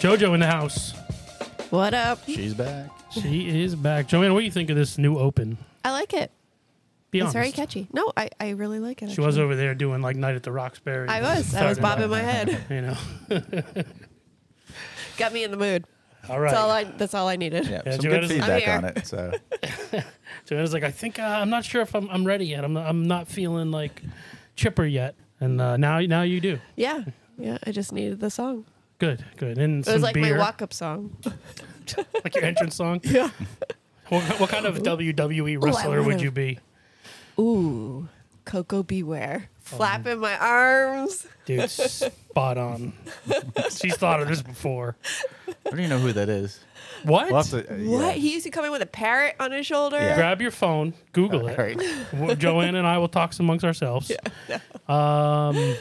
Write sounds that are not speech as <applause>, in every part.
JoJo in the house. What up? She's back. She is back. Joanne, what do you think of this new open? I like it. Be It's honest. very catchy. No, I, I really like it. She was actually. over there doing like Night at the Roxbury. I was. I was bobbing <laughs> my head. <laughs> You know. Got me in the mood. All right. That's all I. That's all I needed. Yeah, Yeah, some Joanna's- good I'm feedback here. on it. So Joanna's like, I think uh, I'm not sure if I'm, I'm ready yet. I'm not, I'm not feeling like chipper yet. And uh, now now you do. <laughs> Yeah. Yeah. I just needed the song. Good, good. And It some was like beer, my walk-up song. <laughs> <laughs> like your entrance song. Yeah. What, what <laughs> kind of WWE wrestler would Oh, wanna- you be, Ooh, Coco Beware. Oh. Flapping my arms. dude? Spot <laughs> on. She's thought of this before. I don't even know who that is. What? <laughs> We'll have to- uh, yeah. What? He used to come in with a parrot on his shoulder. Yeah. Grab your phone, Google it. All right. Well, Joanne and I will talk amongst <laughs> ourselves. Um,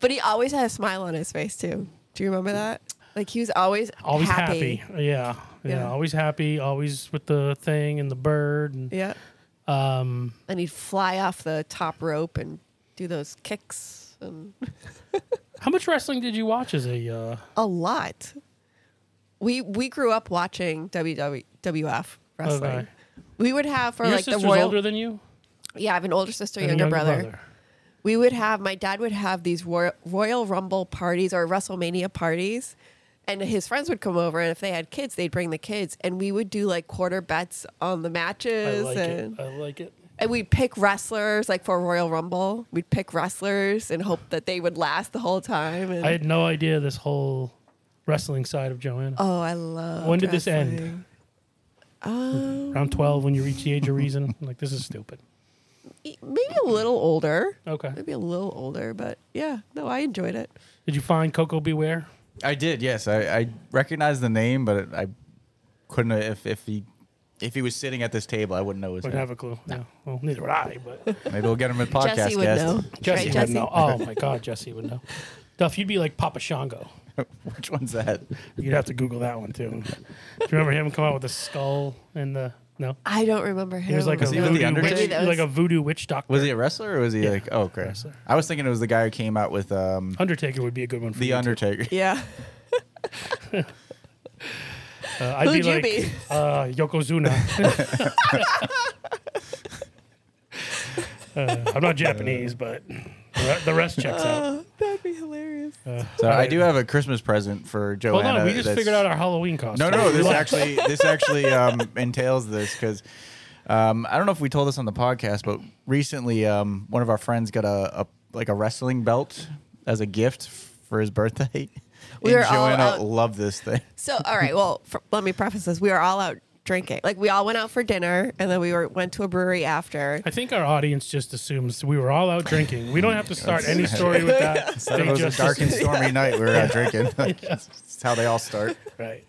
But he always had a smile on his face too. Do you remember that? Like he was always always happy. Yeah, yeah. Yeah. Always happy. Always with the thing and the bird. And, Yeah. um, And he'd fly off the top rope and do those kicks and how much wrestling did you watch as a? Uh, a lot. We we grew up watching WWF wrestling. Okay. We would have for your like the sister's royal. older than you. yeah, I have an older sister, And a younger, brother. We would have my dad would have these royal, royal Rumble parties or WrestleMania parties, and his friends would come over, and if they had kids, they'd bring the kids, and we would do like quarter bets on the I matches, like it. and I like it. and we'd pick wrestlers like for Royal Rumble. We'd pick wrestlers and hope that they would last the whole time. And I had no idea this whole wrestling side of Joanna. oh, I love. Um, when did this wrestling. end? Around twelve, when you reach the age of reason, like this is stupid. E- Maybe a little older. Okay. Maybe a little older, but yeah, no, I enjoyed it. Did you find Coco Beware? I did. Yes, I, I recognized the name, but I couldn't. If if he if he was sitting at this table, I wouldn't know his Wouldn't name. have a clue. No. Well, neither would I. But Maybe we'll get him in <laughs> podcast Jesse would guest. know. Jesse Right, would know. Oh my God, Jesse would know. Duff, you'd be like Papa Shango. <laughs> Which one's that? You'd have to Google that one too. Do you remember him come out with the skull and the no? I don't remember him. He was like a Was he with the voodoo Undertaker? witch, Maybe that was- like a voodoo witch doctor. Was he a wrestler or was he Yeah. like oh crap? Wrestler. I was thinking it was the guy who came out with um Undertaker would be a good one for the you, too. Undertaker. <laughs> yeah. <laughs> Uh, I'd Who'd be you like be? Uh, Yokozuna. <laughs> uh, I'm not Japanese, but the re- the rest checks out. Uh, Oh, that'd be hilarious. So I do have a Christmas present for Hold Joanna. on, we just that's- figured out our Halloween costume. No, <laughs> no, this Relax. actually this actually um, <laughs> entails this because um, I don't know if we told this on the podcast, but recently um, one of our friends got a, a like a wrestling belt as a gift for his birthday. <laughs> We and were all Joanna out- loved this <laughs> thing. So, all right. Well, f let me preface this. We were all out drinking. Like, we all went out for dinner, and then we were went to a brewery after. I think our audience just assumes we were all out drinking. We don't have to start any story with that. It They was a just dark and <laughs> stormy night. We were out drinking. That's how they all start. right.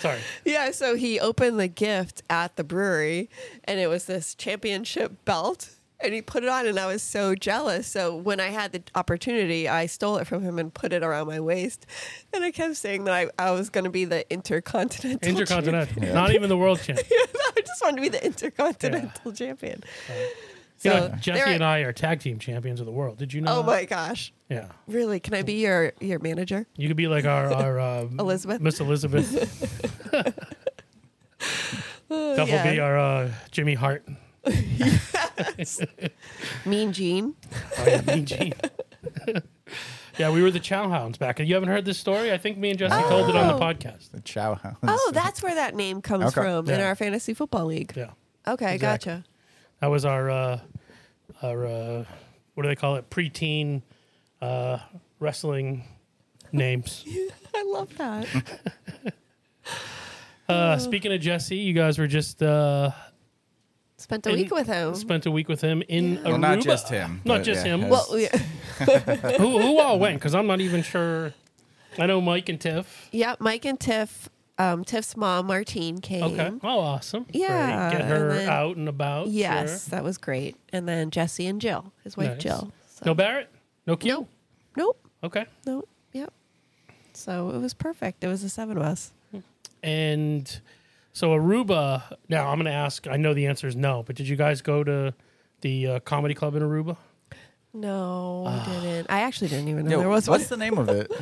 Sorry. Yeah. So he opened the gift at the brewery, and it was this championship belt. And he put it on, and I was so jealous. So when I had the opportunity, I stole it from him and put it around my waist. And I kept saying that I, I was going to be the intercontinental. <laughs> Intercontinental. Not even the world champ. champion. I just wanted to be the intercontinental champion. You So know, Jesse there and I uh, are tag team champions of the world. Did you know? Oh that? my gosh! Yeah. Really? Can I be your your manager? You could be like <laughs> our, our uh, Elizabeth? Miss <laughs> Elizabeth. <laughs> Duff will be yeah. our uh, Jimmy Hart. Mean Gene. Oh, yeah, Mean Gene. <laughs> yeah, we were the Chow Hounds back. You haven't heard this story? I think me and Jesse told it on the Oh. podcast. The Chow Hounds. Oh, <laughs> that's where that name comes Okay. from in Yeah. our fantasy football league. Yeah, Okay, Exactly. gotcha. that was our uh, our uh, what do they call it? Preteen uh, wrestling <laughs> names. I love that. Uh, speaking of Jesse, you guys were just uh, Spent a And- week with him. spent a week with him in Well, Aruba. not just him, Not but just yeah, him. as- well, yeah, who, who all went? Because I'm not even sure. I know Mike and Tiff. <laughs> yeah, Mike and Tiff, um, Tiff's mom Martine came. Mm-hmm. Okay. Oh, awesome. Great. Yeah, Get and her then- out and about. Yes, sure. that was great. And then Jesse and Jill, his wife Nice. Jill. So. No Barrett? No Q? Nope. Nope. Okay. Nope. Yep. So it was perfect. It was the seven of us. And so Aruba, now I'm going to ask, I know the answer is no, but did you guys go to the uh, comedy club in Aruba? Ah. No, I didn't. I actually didn't even know <laughs> Yo, there was one. <laughs> what's the name of it?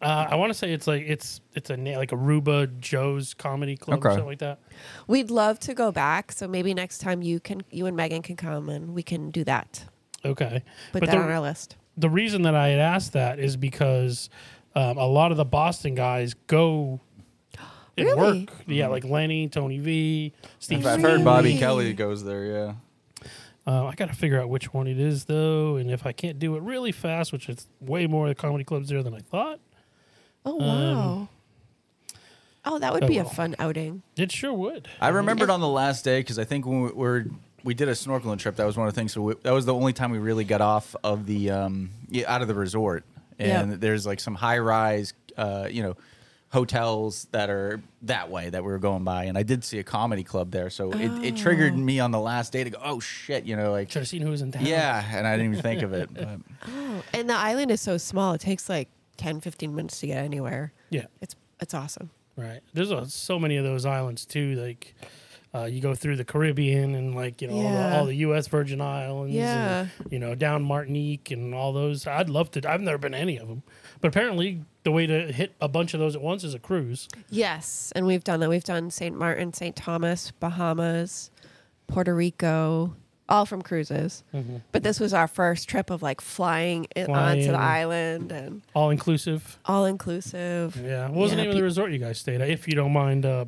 Uh, I want to say it's like it's it's a na- like Aruba Joe's Comedy Club or Okay. something like that. We'd love to go back, so maybe next time you can, you and Megan can come and we can do that. Okay, Put but that on the, our list. the reason that I had asked that is because um, a lot of the Boston guys <gasps> go and Really? work. Yeah, like Lenny, Tony V, Steve. I've Smith. heard Bobby Really? Kelly goes there. Yeah. Uh, I got to figure out which one it is though, and if I can't do it really fast, which is way more of the comedy clubs there than I thought, Oh wow. oh, that would Um, oh, be a well. fun outing. it sure would. I remembered on the last day because I think when we were we did a snorkeling trip, that was one of the things. So we, that was the only time we really got off of the um, yeah, out of the resort. And Yep. there's like some high rise, uh, you know, hotels that are that way that we were going by. And I did see a comedy club there, so it, it triggered me on the last day to go, oh shit, you know, like Should have seen who was in town. yeah. And I didn't even think of it. But Oh, and the island is so small; it takes like 10, 15 minutes to get anywhere. yeah. It's it's awesome. Right. There's uh, so many of those islands too. Like uh, you go through the Caribbean and like you know all, the, Yeah. all the U.S. Virgin Islands. Yeah. And, you know down Martinique and all those. I'd love to. I've never been to any of them, but apparently the way to hit a bunch of those at once is a cruise. Yes, and we've done that. We've done St. Martin, St. Thomas, Bahamas, Puerto Rico, all from cruises. But this was our first trip of like flying, it onto Mm-hmm. Flying. the island and All inclusive. all inclusive. Yeah. What was the Yeah, name of the pe- resort you guys stayed at? If you don't mind. Uh,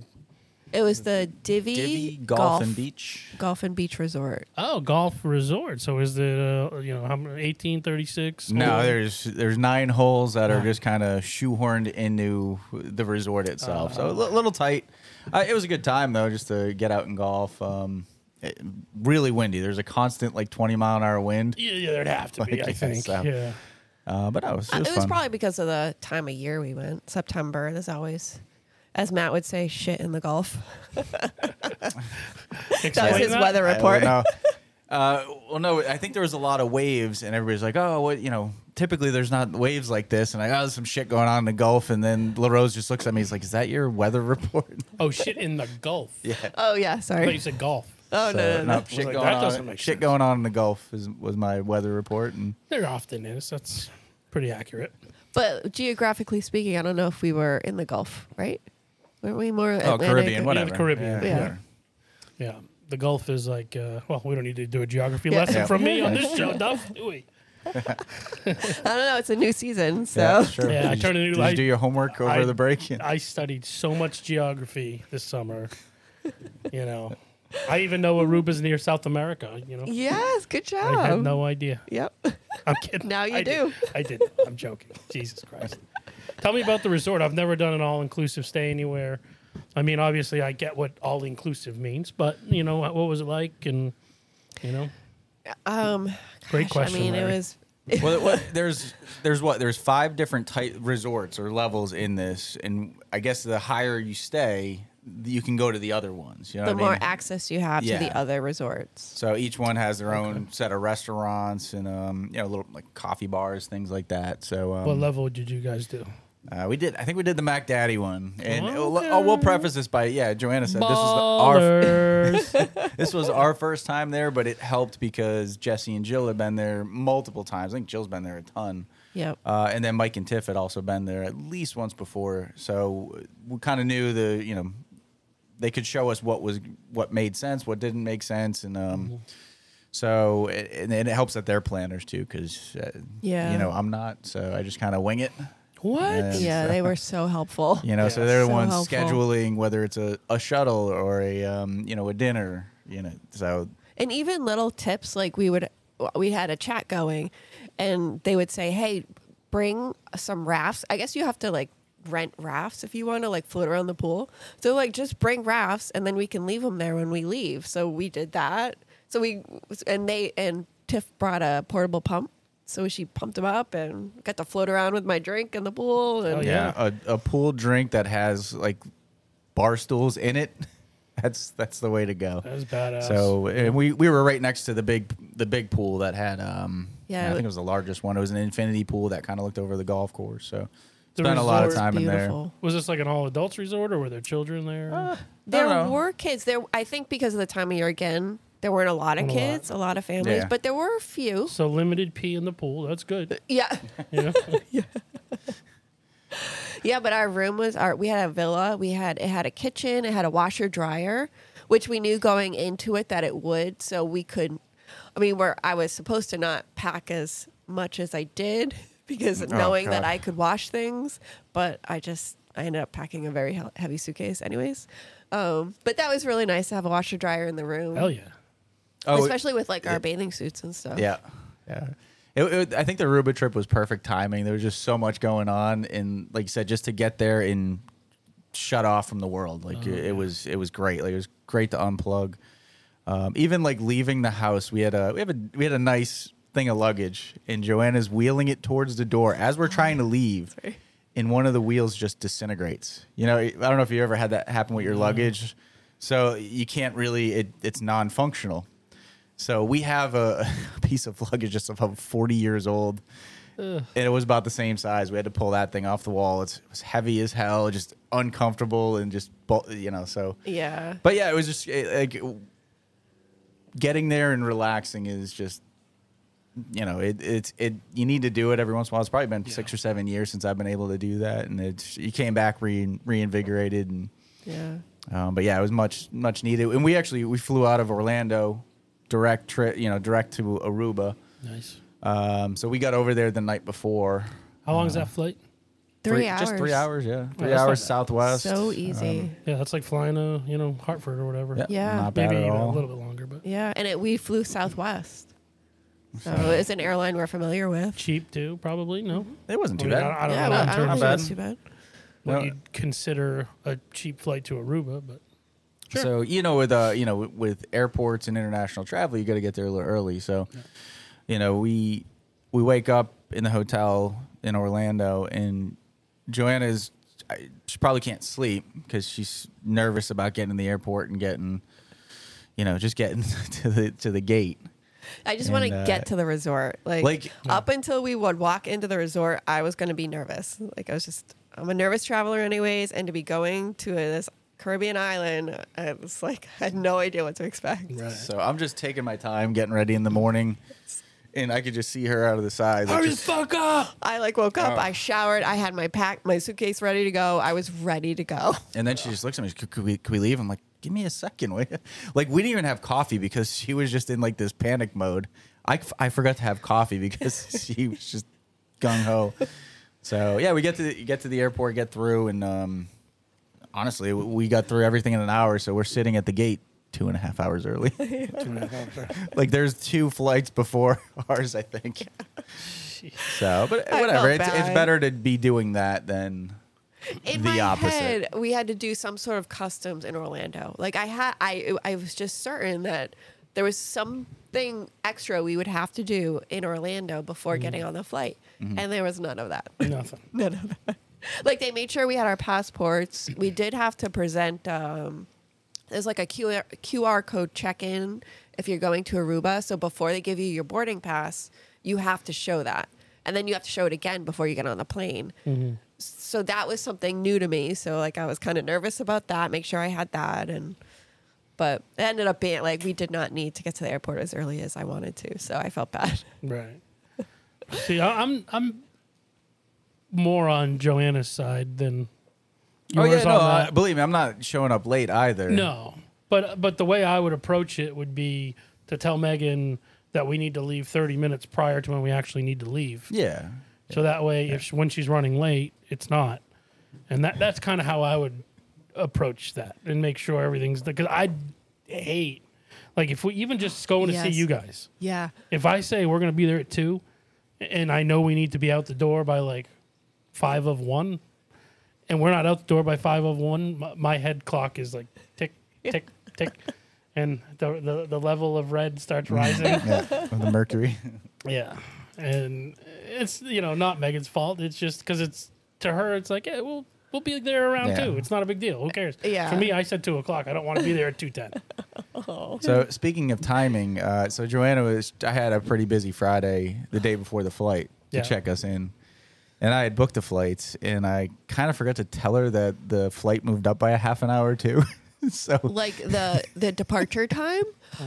It was the Divi, Divvy, golf, Golf, and beach. Golf and Beach Resort. oh, golf resort. So is it uh, you know how many- 18, 36? No, Or- there's there's nine holes that Uh. are just kind of shoehorned into the resort itself. so a li- little tight. Uh, it was a good time though, just to get out and golf. Um, it- really windy. There's a constant like 20 mile an hour wind. Yeah, yeah, there'd have to be. Like, I yeah, think. so- Yeah. Uh, but no, it was, Uh, it was it was fun. probably because of the time of year we went. September. There's always, as Matt would say, shit in the Gulf. That was Explain his weather I report. <laughs> don't know. Uh, well, Uh, no, I think there was a lot of waves, and everybody's like, "Oh, what?" You know, typically there's not waves like this, and I got oh, there's some shit going on in the Gulf. And then La Rose just looks at me. He's like, "Is that your weather <laughs> report?" Oh shit! In the Gulf. Yeah. Oh yeah, I thought you sorry. said golf. Oh no, no, no. no, shit like, going that on. doesn't make shit sense. going on in the Gulf is, was my weather report, and There often is. That's pretty accurate. But geographically speaking, I don't know if we were in the Gulf, right? Weren't we more? Oh, Atlantic? whatever. Yeah, the Caribbean. Yeah. Yeah. The Gulf is like, uh, well, we don't need to do a geography Yeah. lesson Yeah. from me on <laughs> this show, Duff, do we? I don't know. It's a new season, so Yeah, sure. Yeah, I Did you- turned a new did light. You do your homework over I- the break. I studied so much geography this summer. You know, I even know Aruba's near South America. You know, yes, good job. I had no idea. Yep. <laughs> I'm kidding. Now you I did. do. I did. I'm joking. Jesus Christ. Tell me about the resort. I've never done an all inclusive stay anywhere. I mean, obviously, I get what all inclusive means, but you know, what was it like? And you know, Um, Great gosh, question, I mean, Larry. it was. <laughs> well, it- what, there's there's what there's five different type resorts or levels in this, and I guess the higher you stay, you can go to the other ones. You know The what I more mean? access you have to Yeah. the other resorts. so each one has their own set of restaurants and um, you know little like coffee bars, things like that. So um, what level did you guys do? Uh, we did. I think we did the Mac Daddy one, and oh, we'll preface this by yeah. Joanna said this is the, our <laughs> this was our first time there, but it helped because Jesse and Jill had been there multiple times. I think Jill's been there a ton. Yep. Uh, and then Mike and Tiff had also been there at least once before, so we kind of knew the you know they could show us what was what made sense, what didn't make sense, and um. So it, and it helps that they're planners too, because uh, Yeah. you know I'm not, so I just kind of wing it. What? And yeah, so- they were so helpful. you know, so Yeah. they're the So ones helpful. scheduling whether it's a, a shuttle or a um, you know a dinner. You know, so and even little tips like we would we had a chat going and they would say hey bring some rafts i guess you have to like rent rafts if you want to like float around the pool so like just bring rafts and then we can leave them there when we leave so we did that so we and they and tiff brought a portable pump so she pumped them up and got to float around with my drink in the pool and Oh, yeah, Yeah. a, a pool drink that has like bar stools in it. <laughs> That's that's the way to go. That's badass. So and we we were right next to the big the big pool that had um Yeah, yeah I it- think it was the largest one. It was an infinity pool that kind of looked over the golf course. So The spent a lot of resort- time in there. beautiful was this like an all adults resort, or were there children there? Ah. There don't know. were kids. There, I think, because of the time of year again, there weren't a lot of Not a lot. kids, a lot of families, Yeah. but there were a few. <laughs> so limited pee in the pool. That's good. Yeah, You know? <laughs> Yeah, but our room was our. We had a villa. We had it had a kitchen. It had a washer dryer, which we knew going into it that it would. So we could. I mean, where I was supposed to not pack as much as I did <laughs> because knowing that God. I could wash things, but I just I ended up packing a very he- heavy suitcase, anyways. Um, but that was really nice to have a washer dryer in the room, Hell yeah. Oh, especially with like our bathing suits and stuff. Yeah, yeah. It, it- I think the Aruba trip was perfect timing. There was just so much going on, and like you said, just to get there and shut off from the world, like it, it was, it was great. Like it was great to unplug. Um, even like leaving the house, we had a we have a we had a nice thing of luggage, and Joanna's wheeling it towards the door as we're trying to leave, and one of the wheels just disintegrates. You know, I don't know if you ever had that happen with your luggage, so you can't really it, it's non-functional. So we have a, <laughs> a piece of luggage that's about 40 years old. <sighs> And it was about the same size. We had to pull that thing off the wall. It's, it was heavy as hell, just uncomfortable, and just, bu- you know, so. Yeah. But yeah, it was just eh, like getting there and relaxing is just, you know, it, it's, it, you need to do it every once in a while. It's probably been six or seven years since I've been able to do that. And it's, you came back rein reinvigorated and, Yeah. um, but yeah, it was much much needed. And we actually we flew out of Orlando, direct trip, you know, direct to Aruba. Nice. Um, so we got over there the night before. How long is Uh. that flight? Three, hours. just three hours, yeah, three that's not e- hours Um, bad. southwest. So easy. Yeah, that's like flying to, you know, Hartford or whatever. yeah, Yeah. not bad Maybe at even a all. little bit longer, but Yeah, and it, we flew Southwest. So it's an airline we're familiar with. cheap too, probably. No. it wasn't I too mean, I, bad. I don't yeah, know well, in I don't terms think of it was too bad. what No. you'd consider a cheap flight to Aruba, but Sure. So you know, with uh, you know, with, with airports and international travel, you got to get there a little early. So, you know, we we wake up in the hotel in Orlando, and Joanna's I- she probably can't sleep because she's nervous about getting in the airport and getting, you know, just getting <laughs> to the to the gate. I just want And, to uh, get to the resort. Like, like- up until we would walk into the resort, I was going to be nervous. Like I was just, I'm a nervous traveler, anyways, and to be going to this Caribbean island, I was like, I had no idea what to expect. So I'm just taking my time getting ready in the morning, and I could just see her out of the side. like, Hurry the just- fuck up! I like woke up, Oh. I showered, I had my pack, my suitcase ready to go. I was ready to <laughs> go. And then she just looks at me. She's, Could, could we, could we leave? I'm like, give me a second. Will ya?" <laughs> Like, we didn't even have coffee because she was just in like this panic mode. I, f- I forgot to have coffee because <laughs> she was just gung ho. So yeah, we get to the, get to the airport, get through, and um, honestly, w- we got through everything in an hour. So we're sitting at the gate two and a half <laughs> hours early. <laughs> like, there's two flights before <laughs> ours, I think. So, but I whatever. felt It's, it's bad. better to be doing that than in the my opposite. head, we had to do some sort of customs in Orlando. Like I had, I I was just certain that there was something extra we would have to do in Orlando before Mm-hmm. getting on the flight, and there was none of that. <laughs> Nothing. None of that. <laughs> Like they made sure we had our passports. We did have to present. Um, there's like a QR, QR code check-in if you're going to Aruba. So before they give you your boarding pass, you have to show that, and then you have to show it again before you get on the plane. So that was something new to me. So like I was kind of nervous about that. Make sure I had that, and but it ended up being like we did not need to get to the airport as early as I wanted to. So I felt bad. <laughs> Right. <laughs> See, I- I'm I'm more on Joanna's side than Oh yeah, yours no. on I, that. believe me, I'm not showing up late either. No, but but the way I would approach it would be to tell Megan that we need to leave 30 minutes prior to when we actually need to leave. <laughs> Yeah. So that way, if she, when she's running late, it's not. And that that's kind of how I would approach that and make sure everything's because I hate like if we even just going to see Yes. you guys. Yeah. If I say we're gonna be there at two, and I know we need to be out the door by like five of one, and we're not out the door by five of one, my, my head clock is like tick tick tick, and the, the the level of red starts <laughs> rising. Yeah. with the mercury. Yeah, and it's you know not Megan's fault. It's just because it's to her. It's like yeah, we'll we'll be there around Yeah. two. It's not a big deal. Who cares? Uh, Yeah. For me, I said two o'clock. I don't want to be there at two ten. so speaking of timing, uh, so Joanna was. I had a pretty busy Friday the day before the flight to Yeah. check us in, and I had booked the flights, and I kind of forgot to tell her that the flight moved up by a half an hour too. <laughs> so like the the departure time.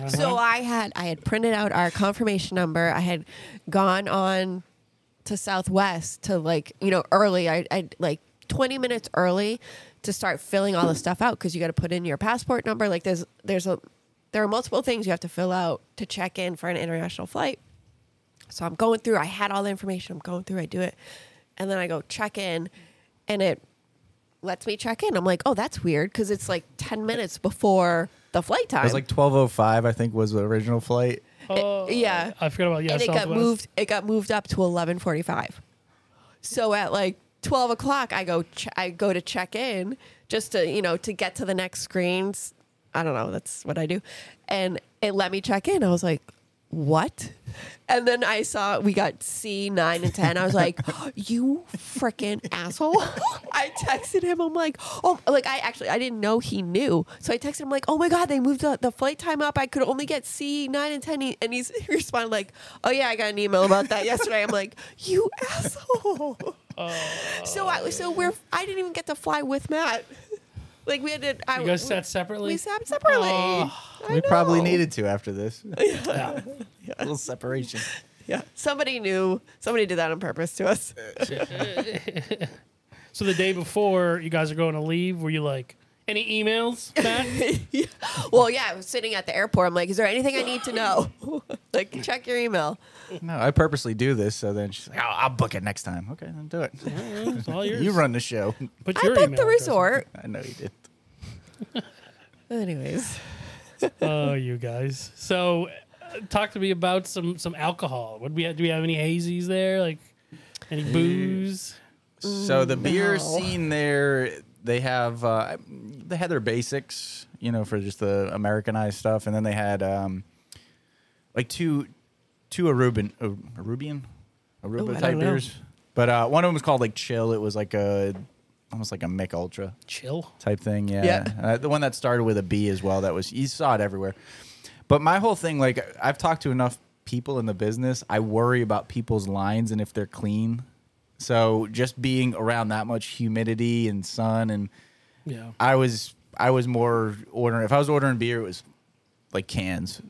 So I had I had printed out our confirmation number. I had gone on to Southwest to like you know early. I I like 20 minutes early to start filling all the stuff out because you got to put in your passport number. Like there's there's a there are multiple things you have to fill out to check in for an international flight. So I'm going through. I had all the information. I'm going through. I do it, and then I go check in, and it lets me check in. I'm like, oh, that's weird because it's like 10 minutes before the flight time. It was like 12:05, I think, was the original flight. Oh, <laughs> yeah. I forgot about yeah. and it got Southwest. moved. It got moved up to eleven forty-five. So at like twelve o'clock, I go. Ch- I go to check in just to you know to get to the next screens. I don't know. That's what I do, and it let me check in. I was like, what? And then I saw we got C nine and ten. I was <laughs> like, you freaking asshole! <laughs> I texted him. I'm like, oh, like I actually I didn't know he knew. So I texted him like, oh my god, they moved the, the flight time up. I could only get C nine and ten. He- And he's he responded like, oh yeah, I got an email about that yesterday. I'm like, you asshole. <laughs> so I so we're I didn't even get to fly with Matt. Like we had to. I, You guys we- sat separately. We sat separately. Oh. I we probably know. needed to <laughs> after this. Yeah. a little separation. Yeah. Somebody knew. Somebody did that on purpose to us. So the day before you guys are going to leave, were you like any emails <laughs> back? Well, yeah, I was sitting at the airport. I'm like, is there anything I need to know? <laughs> like, check your email. No, I purposely do this. So then she's like, oh, I'll book it next time. Okay, then do it. Mm-hmm. it's all yours. you run the show. Put I your booked email the address. resort. I know you did. Anyways, Oh, you guys. So, uh, talk to me about some some alcohol. What do we have, do we have any hazies there? Like any booze? So the beer Mm, no. scene there, they have uh, they had their basics, you know, for just the Americanized stuff, and then they had um, like two two Aruban Ar- Arubian Aruba Oh, I type don't know. beers, but uh, one of them was called like Chill. It was like a almost like a Mick Ultra Chill. type thing. Yeah, Yeah. Uh, the one that started with a B as well. That was you saw it everywhere. But my whole thing, like I've talked to enough people in the business, I worry about people's lines and if they're clean. So just being around that much humidity and sun, and Yeah. I was I was more ordering. If I was ordering beer, it was like cans.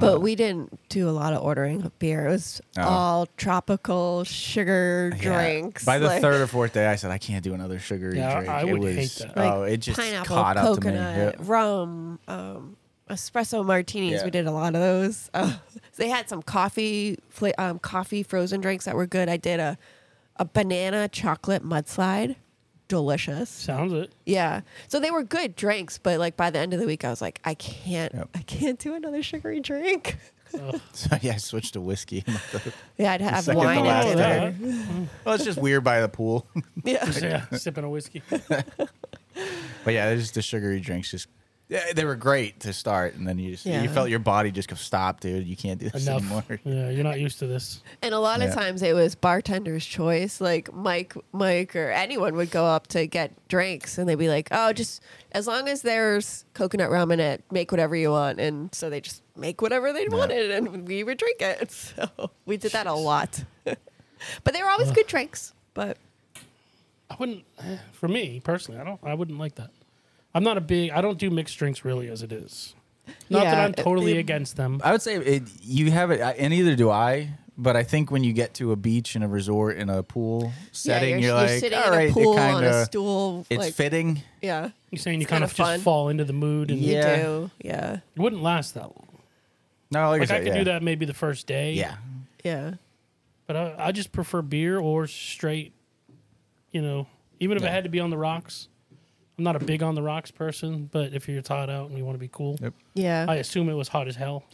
but we didn't do a lot of ordering of beer. It was Uh-huh. Oh. all tropical sugar Yeah. drinks. By the like- third or fourth day, I said I can't do another sugary Yeah, drink. I it would was, hate that. like oh, it just pineapple, caught up to me. coconut, Yep. rum, um, espresso martinis. Yeah. We did a lot of those. <laughs> Uh, they had some coffee, fla- um, coffee frozen drinks that were good. I did a a banana chocolate mudslide, delicious. Sounds it. Yeah, so they were good drinks, but like by the end of the week, I was like, I can't, Yep. I can't do another sugary drink. <laughs> <laughs> So yeah, I switched to whiskey. <laughs> Yeah, I'd have second to wine at last dinner. well, it's just weird by the pool. <laughs> Yeah. <laughs> Yeah, sipping a <laughs> whiskey. But yeah, they're just the sugary drinks. Just yeah, they were great to start, and then you just Yeah. you felt your body just go stop, dude. You can't do this Enough. anymore. <laughs> Yeah, you're not used to this. And a lot of Yeah. times it was bartender's choice. Like Mike, Mike, or anyone would go up to get drinks, and they'd be like, "Oh, just as long as there's coconut rum in it, make whatever you want." And so they just make whatever they wanted, and we would drink it. <laughs> So we did that a lot. <laughs> but they were always good drinks. But I wouldn't. eh, For me personally, I don't. I wouldn't like that. I'm not a big. I don't do mixed drinks really, as it is. Not that Yeah, I'm totally it- against them. I would say it, you have it, I- and neither do I. But I think when you get to a beach and a resort in a pool yeah, setting, you're, you're, you're like, sitting all in right, a pool it on kind a of stool. it's like, fitting. Yeah, You're saying you It's kind kinda of fun. just fall into the mood, and Yeah. you do. Yeah, it wouldn't last that long. No, like, Like I, I said, could yeah. do that maybe the first day. Yeah, yeah. But I, I just prefer beer or straight, you know, even if it had to be on the rocks. I'm not a big on the rocks person, but if you're tired out and you want to be cool, Yep. Yeah. I assume it was hot as hell.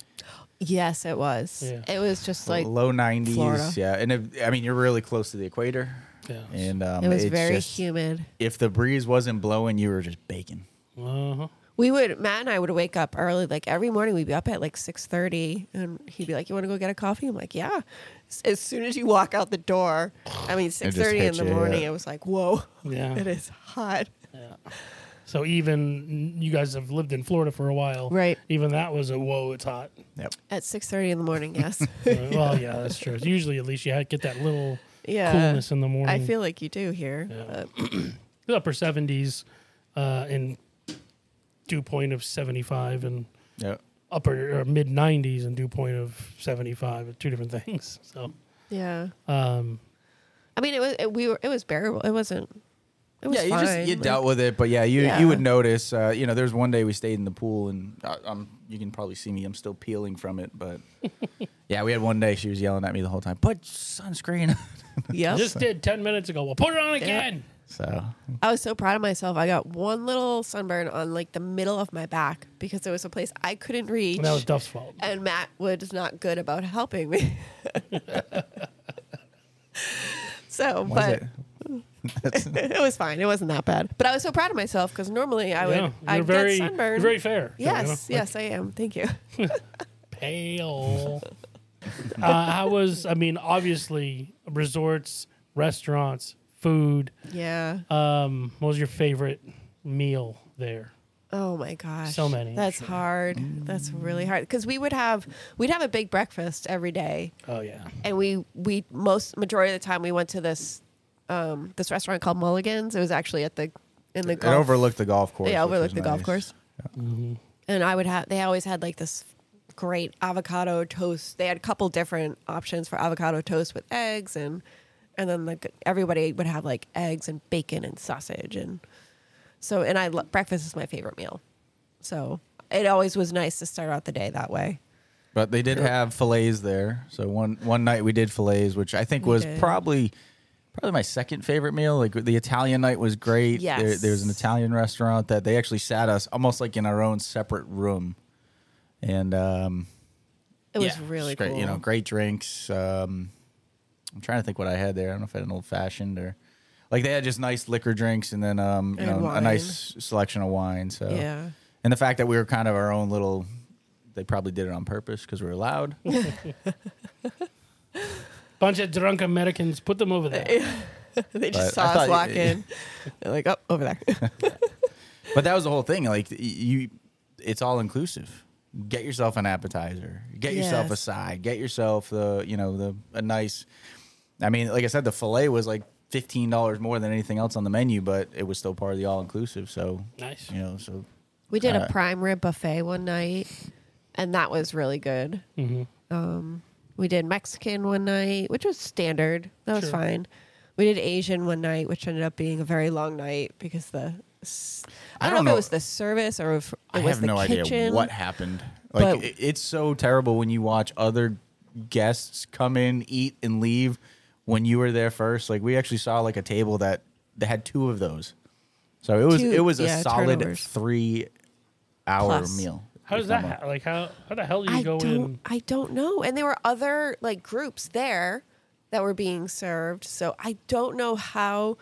yes, it was. Yeah. It was just like low nineties. Florida. Yeah, and if, I mean you're really close to the equator, Yeah. and um, it was it's very just- humid. If the breeze wasn't blowing, you were just baking. Uh-huh. We would Matt and I would wake up early, like every morning we'd be up at like six thirty and he'd be like, You wanna go get a coffee? I'm like, Yeah. S- As soon as you walk out the door, I mean six thirty in hits the you, morning, yeah. it was like, Whoa, <laughs> it Yeah. is hot. So even you guys have lived in Florida for a while. Right. Even that was a whoa, it's <laughs> hot. Yep. At six thirty in the morning, <laughs> yes. <laughs> well, yeah, that's true. Usually, at least you get that little yeah. coolness in the morning. I feel like you do here. but- the upper 70s uh, and dew point of 75 and Yep. upper or mid 90s and dew point of 75 are two different <laughs> things so yeah. um, I mean it was it, we were it was bearable. It wasn't It was yeah, you fine. just you Like, dealt with it, but yeah, you you would Yeah. notice. Uh, you know, there's one day we stayed in the pool, and I, I'm you can probably see me. I'm still peeling from it, <laughs> but yeah, we had one day she was yelling at me the whole time. Put sunscreen. Yep. Just did 10 minutes ago. Well, put it on again. <laughs> so I was so proud of myself. I got one little sunburn on like the middle of my back because it was a place I couldn't reach. And that was Duff's fault. and Matt was not good about helping me. <laughs> so, was but it? it? was fine. It wasn't that bad. But I was so proud of myself because normally I Yeah, would I you're get very, sunburned. you're very fair. Juliana. yes, yes, I am. Thank you. <laughs> pale. uh, I was, I mean, obviously, resorts, restaurants, food. Yeah. Um, what was your favorite meal there? Oh my gosh. So many, That's sure. hard. That's really hard because we would have we'd have a big breakfast every day, Oh, yeah. and we we most majority of the time we went to this um this restaurant called Mulligan's. It was actually at the in the It golf overlooked the golf course. Yeah, which was overlooked the golf nice. course. And I would have. They always had like this great avocado toast. They had a couple different options for avocado toast with eggs, and and then like everybody would have like eggs and bacon and sausage, and so and I lo- breakfast is my favorite meal. So it always was nice to start out the day that way. But they did have fillets there. So one one night we did fillets, which I think We was did. probably probably my second favorite meal. Like the Italian night was great. There, there was an Yes. Italian restaurant that they actually sat us almost like in our own separate room, and um, It was yeah, really great. cool. You know, great drinks. Um, I'm trying to think what I had there. I don't know if I had an old fashioned or like they had just nice liquor drinks and then um, you And know a wine. nice selection of wine. So Yeah. and the fact that we were kind of our own little. They probably did it on purpose because we <laughs> were loud. Bunch of drunk Americans, put them over there. <laughs> they But I just saw thought- us walk in. They're like, oh, over there. <laughs> But that was the whole thing. Like y- you, it's all inclusive. Get yourself an appetizer. Get yourself a Yes. side. Get yourself the you know the a nice. I mean, like I said, the fillet was like fifteen dollars more than anything else on the menu, but it was still part of the all inclusive. So Nice. you know, so we did Uh, a prime rib buffet one night, and that was really good. Um, hmm We did Mexican one night, which was standard. That was Sure. fine. We did Asian one night, which ended up being a very long night because the s- I, I don't, don't know if know. it was the service or if it I was have the no kitchen. idea what happened. Like But- it, it's so terrible when you watch other guests come in, eat, and leave when you were there first. Like we actually saw like a table that that had two of those. So it was Two- it was yeah, a solid turnovers. three hour Plus. meal. How does if that, I'm not- ha- like, how, how the hell do you I go don't. in? I don't know. And there were other like groups there that were being served. So I don't know how.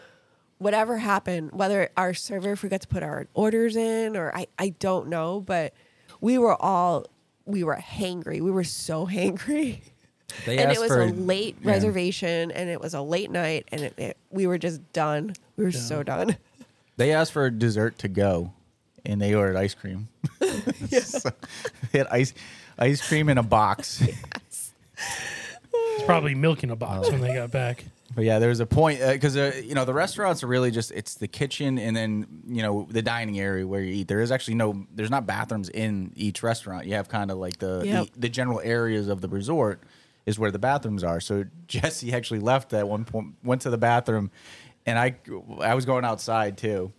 Whatever happened, whether our server forgot to put our orders in or I, I don't know, but we were all we were hangry. We were so <laughs> hangry. They and it asked was for- a late yeah. reservation and it was a late night and it, it- we were just done we were so done <laughs> They asked for dessert to go, and they ordered <laughs> ice cream. <laughs> So they had ice ice cream in <laughs> a box. It's probably milk in a Oh. box when they got back. <laughs> But yeah, there was a point because uh, you know the restaurants are really just it's the kitchen and then you know the dining area where you eat. There is actually no there's not bathrooms in each restaurant. You have kind of like the, Yep. the the general areas of the resort is where the bathrooms are. So <laughs> Jesse actually left at one point, went to the bathroom, and I I was going outside too,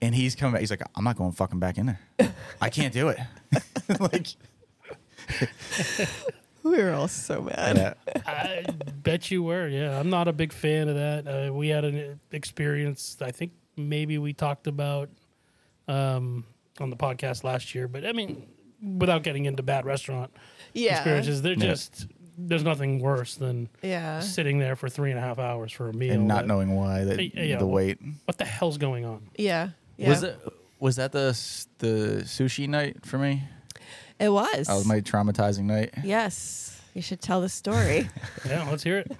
and he's coming back. He's like, I'm not going fucking back in there. I can't do it. <laughs> like we were all so mad yeah. I bet you were. Yeah, I'm not a big fan of that. Uh, we had an experience. I think maybe we talked about um, on the podcast last year. But I mean, without getting into bad restaurant yeah experiences, they're Yeah. just there's nothing worse than yeah sitting there for three and a half hours for a meal and not that- knowing why that Yeah, Uh, yeah, the well, wait. what the hell's going on. yeah yeah Was it was that the s- the sushi night for me? it was That was my traumatizing night. yes you should tell the <laughs> story Yeah, let's hear it.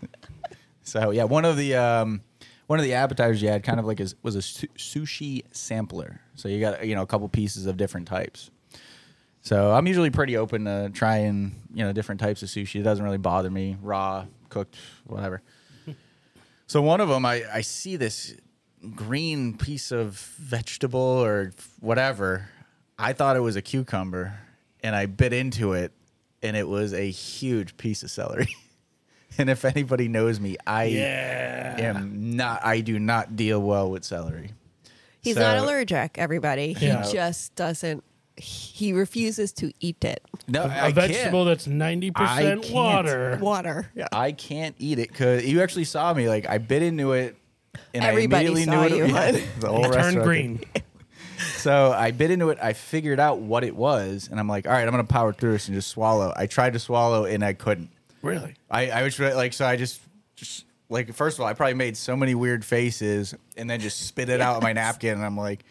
So yeah, one of the um, one of the appetizers you had kind of like is was a su- sushi sampler. So you got you know a couple pieces of different types. So I'm usually pretty open to trying you know different types of sushi. It doesn't really bother me, raw, cooked, whatever. So one of them, I, I see this green piece of vegetable or whatever. I thought it was a cucumber, and I bit into it, and it was a huge piece of celery. <laughs> And if anybody knows me, I Yeah. am not. I do not deal well with celery. He's not So- allergic, everybody. Yeah. He just doesn't. He refuses to eat it. No, A I I vegetable can't. that's ninety percent can't. water. Water. I can't eat it because you actually saw me. Like I bit into it, and Everybody I immediately saw knew you, it. <laughs> hon. <laughs> the whole It turned restaurant. <laughs> green. So I bit into it. I figured out what it was, and I'm like, all right, I'm gonna power through this and just swallow. I tried to swallow and I couldn't. Really? I, I was re- like, so I just, just like, first of all, I probably made so many weird faces and then just spit it out on my napkin. And I'm like,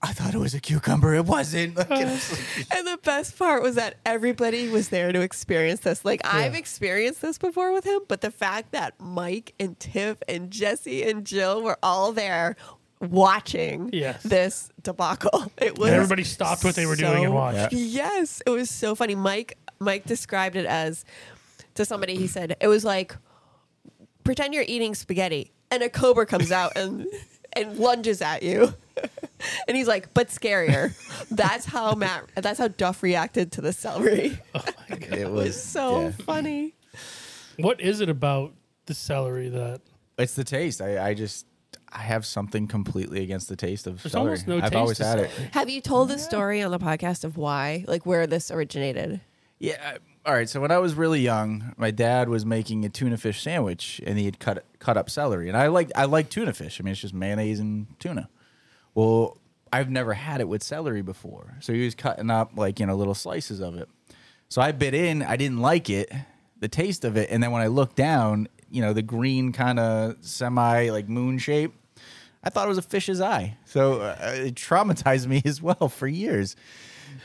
I thought it was a cucumber. It wasn't. <laughs> Like, it was <laughs> like- And the best part was that everybody was there to experience this. Like I've experienced this before with him, but the fact that Mike and Tiff and Jesse and Jill were all there watching Yes. this debacle. <laughs> It was Everybody stopped what they were doing and so- watched. Yes, it was so funny. Mike Mike described it as to somebody he said it was like pretend you're eating spaghetti and a cobra comes out and and lunges at you. <laughs> And he's like, but scarier. That's how Matt. That's how Duff reacted to <laughs> the celery. it was So yeah. funny. What is it about the celery that It's the taste. I, I just, I have something completely against the taste of There's celery. almost no I've taste always to had it. Have you told the story on the podcast of why, like, where this originated? Yeah. I, all right. So when I was really young, my dad was making a tuna fish sandwich, and he had cut cut up celery, and I like I like tuna fish. I mean, it's just mayonnaise and tuna. Well, I've never had it with celery before, so he was cutting up like you know little slices of it. So I bit in. I didn't like it, the taste of it, and then when I looked down, you know, the green kind of semi like moon shape. I thought it was a fish's eye, so uh, it traumatized me <laughs> as well for years.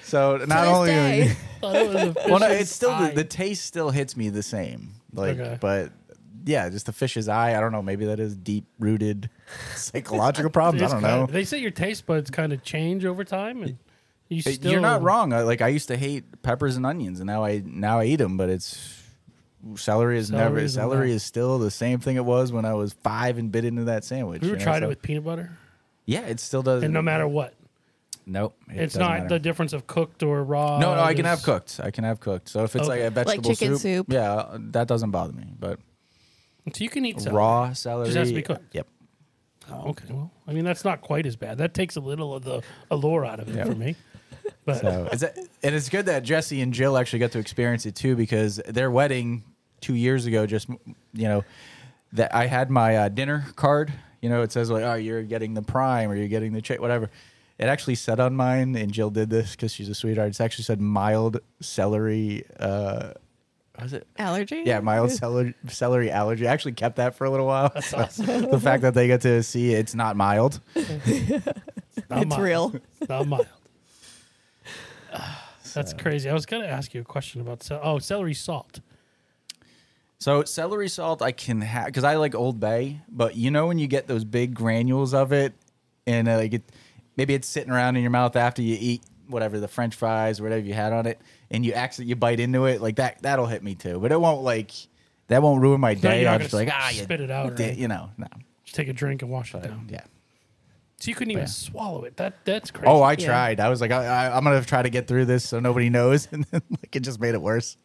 So not this only <laughs> day. thought it was a well, no, fish's it's still the, eye. the taste still hits me the same. Like, Okay. but yeah, just the fish's eye. I don't know. Maybe that is deep rooted <laughs> <laughs> psychological problems. I It's don't kinda- know. They say your taste buds kind of change over time, and you Hey, still You're not wrong. I, like I used to hate peppers and onions, and now I now I eat them. But it's celery is Celery never is a celery no. is still the same thing it was when I was five and bit into that sandwich. We were you know, tried so- it with peanut butter, yeah, it still doesn't. and no matter what, nope, it it's doesn't not matter. the difference of cooked or raw. No, no, I can There's- have cooked. I can have cooked. So if it's like Okay. a vegetable chicken soup? yeah, that doesn't bother me. But So you can eat celery. raw celery. has to be cooked. Yep. Oh, okay, well, I mean that's not quite as bad. That takes a little of the allure out of it Yeah. for me. But <laughs> So <laughs> is that, and it's good that Jesse and Jill actually got to experience it too because their wedding two years ago just you know that I had my uh, dinner card. You know, it says like, "Oh, you're getting the prime or you're getting the chick, whatever." It actually said on mine, and Jill did this because she's a sweetheart. It actually said mild celery. Uh, what was it? Allergy? Yeah, mild <laughs> celery, celery allergy. I actually kept that for a little while. That's awesome. <laughs> the fact that they get to see it's not mild. not It's mild. real. It's not <sighs> mild. <sighs> That's crazy. I was gonna ask you a question about cel- oh celery salt. So celery salt, I can have because I like Old Bay, but you know when you get those big granules of it, and uh, like it, maybe it's sitting around in your mouth after you eat whatever the French fries or whatever you had on it, and you accidentally you bite into it like that. That'll hit me too, but it won't like that won't ruin my No, day. you're I'll not just gonna be like ah, s- you spit it out. did," Right? you know, no, Just take a drink and wash it but, down. yeah. So you couldn't even Yeah. swallow it. That that's crazy. Oh, I Yeah. tried. I was like, I, I, I'm gonna try to get through this so nobody knows, <laughs> and then like it just made it worse.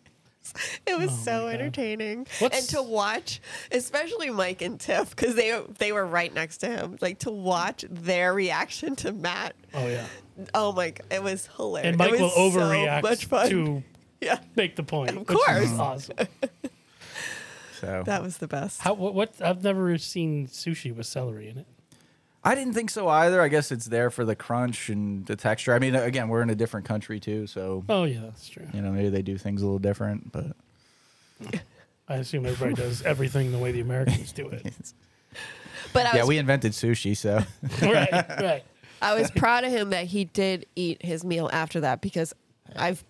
It was so God. entertaining, Oh What's- and to watch, especially Mike and Tiff, because they they were right next to him. Like to watch their reaction to Matt. oh yeah. Oh my! g- It was hilarious. And It Mike was will so overreact much fun. to <laughs> yeah, make the point. Of course. awesome. So that was the best. How, what, what? I've never seen sushi with celery in it. I didn't think so either. I guess it's there for the crunch and the texture. I mean, again, we're in a different country too, so Oh yeah, that's true. you know maybe they do things a little different. But I assume everybody <laughs> does everything the way the Americans do it. But I yeah, was we invented <laughs> sushi, so <laughs> <laughs> right, right. I was proud of him that he did eat his meal after that because I've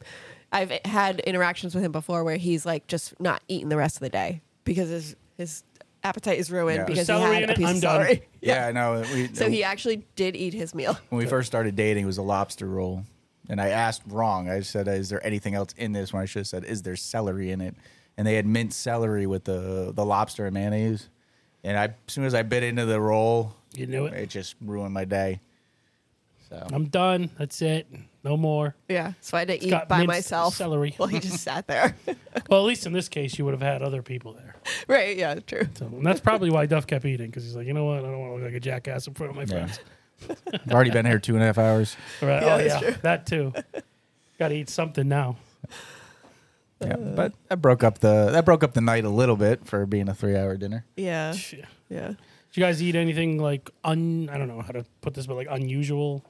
I've had interactions with him before where he's like just not eating the rest of the day because his his appetite is ruined Yeah. There's because he celery had in a it, piece I'm of done. celery. <laughs> yeah, I know. We, So he actually did eat his meal. when we first started dating, it was a lobster roll, and I asked wrong. I said, "Is there anything else in this?" When I should have said, "Is there celery in it?" And they had mint celery with the the lobster and mayonnaise. And I, as soon as I bit into the roll, You knew it. it just ruined my day. So I'm done. That's it. No more. Yeah. So I had to eat got by minced myself. <laughs> celery. Well, he just sat there. <laughs> Well, at least in this case, you would have had other people there. right. Yeah. True. So, and that's probably why Duff kept eating because he's like, you know what? I don't want to look like a jackass in front of my yeah. <laughs> friends. I've already been here two and a half hours. Right. Yeah, oh, that's yeah. That too. Got to eat something now. Yeah, Uh. but that broke up the that broke up the night a little bit for being a three hour dinner. Yeah. Shit. Yeah. Did you guys eat anything like un? I don't know how to put this, but like unusual.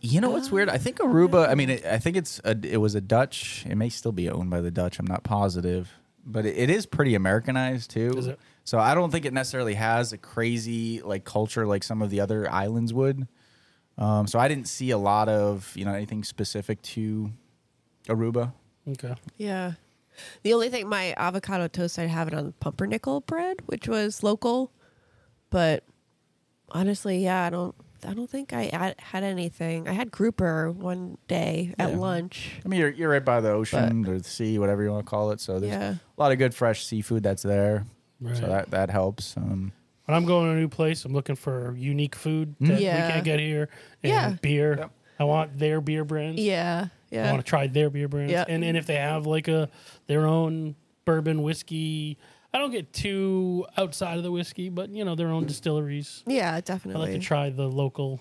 You know what's weird? I think Aruba. I mean, it, I think it's a, it was a Dutch. It may still be owned by the Dutch. I'm not positive, but it, it is pretty Americanized too. Is it? So I don't think it necessarily has a crazy like culture like some of the other islands would. Um, so I didn't see a lot of you know anything specific to Aruba. Okay. Yeah. The only thing, my avocado toast, I have it on pumpernickel bread, which was local. But honestly, yeah, I don't. I don't think I ad- had anything. I had grouper one day at Yeah. lunch. I mean, you're you're right by the ocean or the sea, whatever you want to call it. So there's Yeah. a lot of good fresh seafood that's there. Right. So that that helps. Um, When I'm going to a new place, I'm looking for unique food that Yeah. we can't get here. And Yeah. Beer. Mm-hmm. Yep. I want their beer brands. Yeah. I Yeah. want to try their beer brands. Yeah. And and if they have like a their own bourbon whiskey, I don't get too outside of the whiskey, but you know their own distilleries. Yeah. I like Definitely. to try the local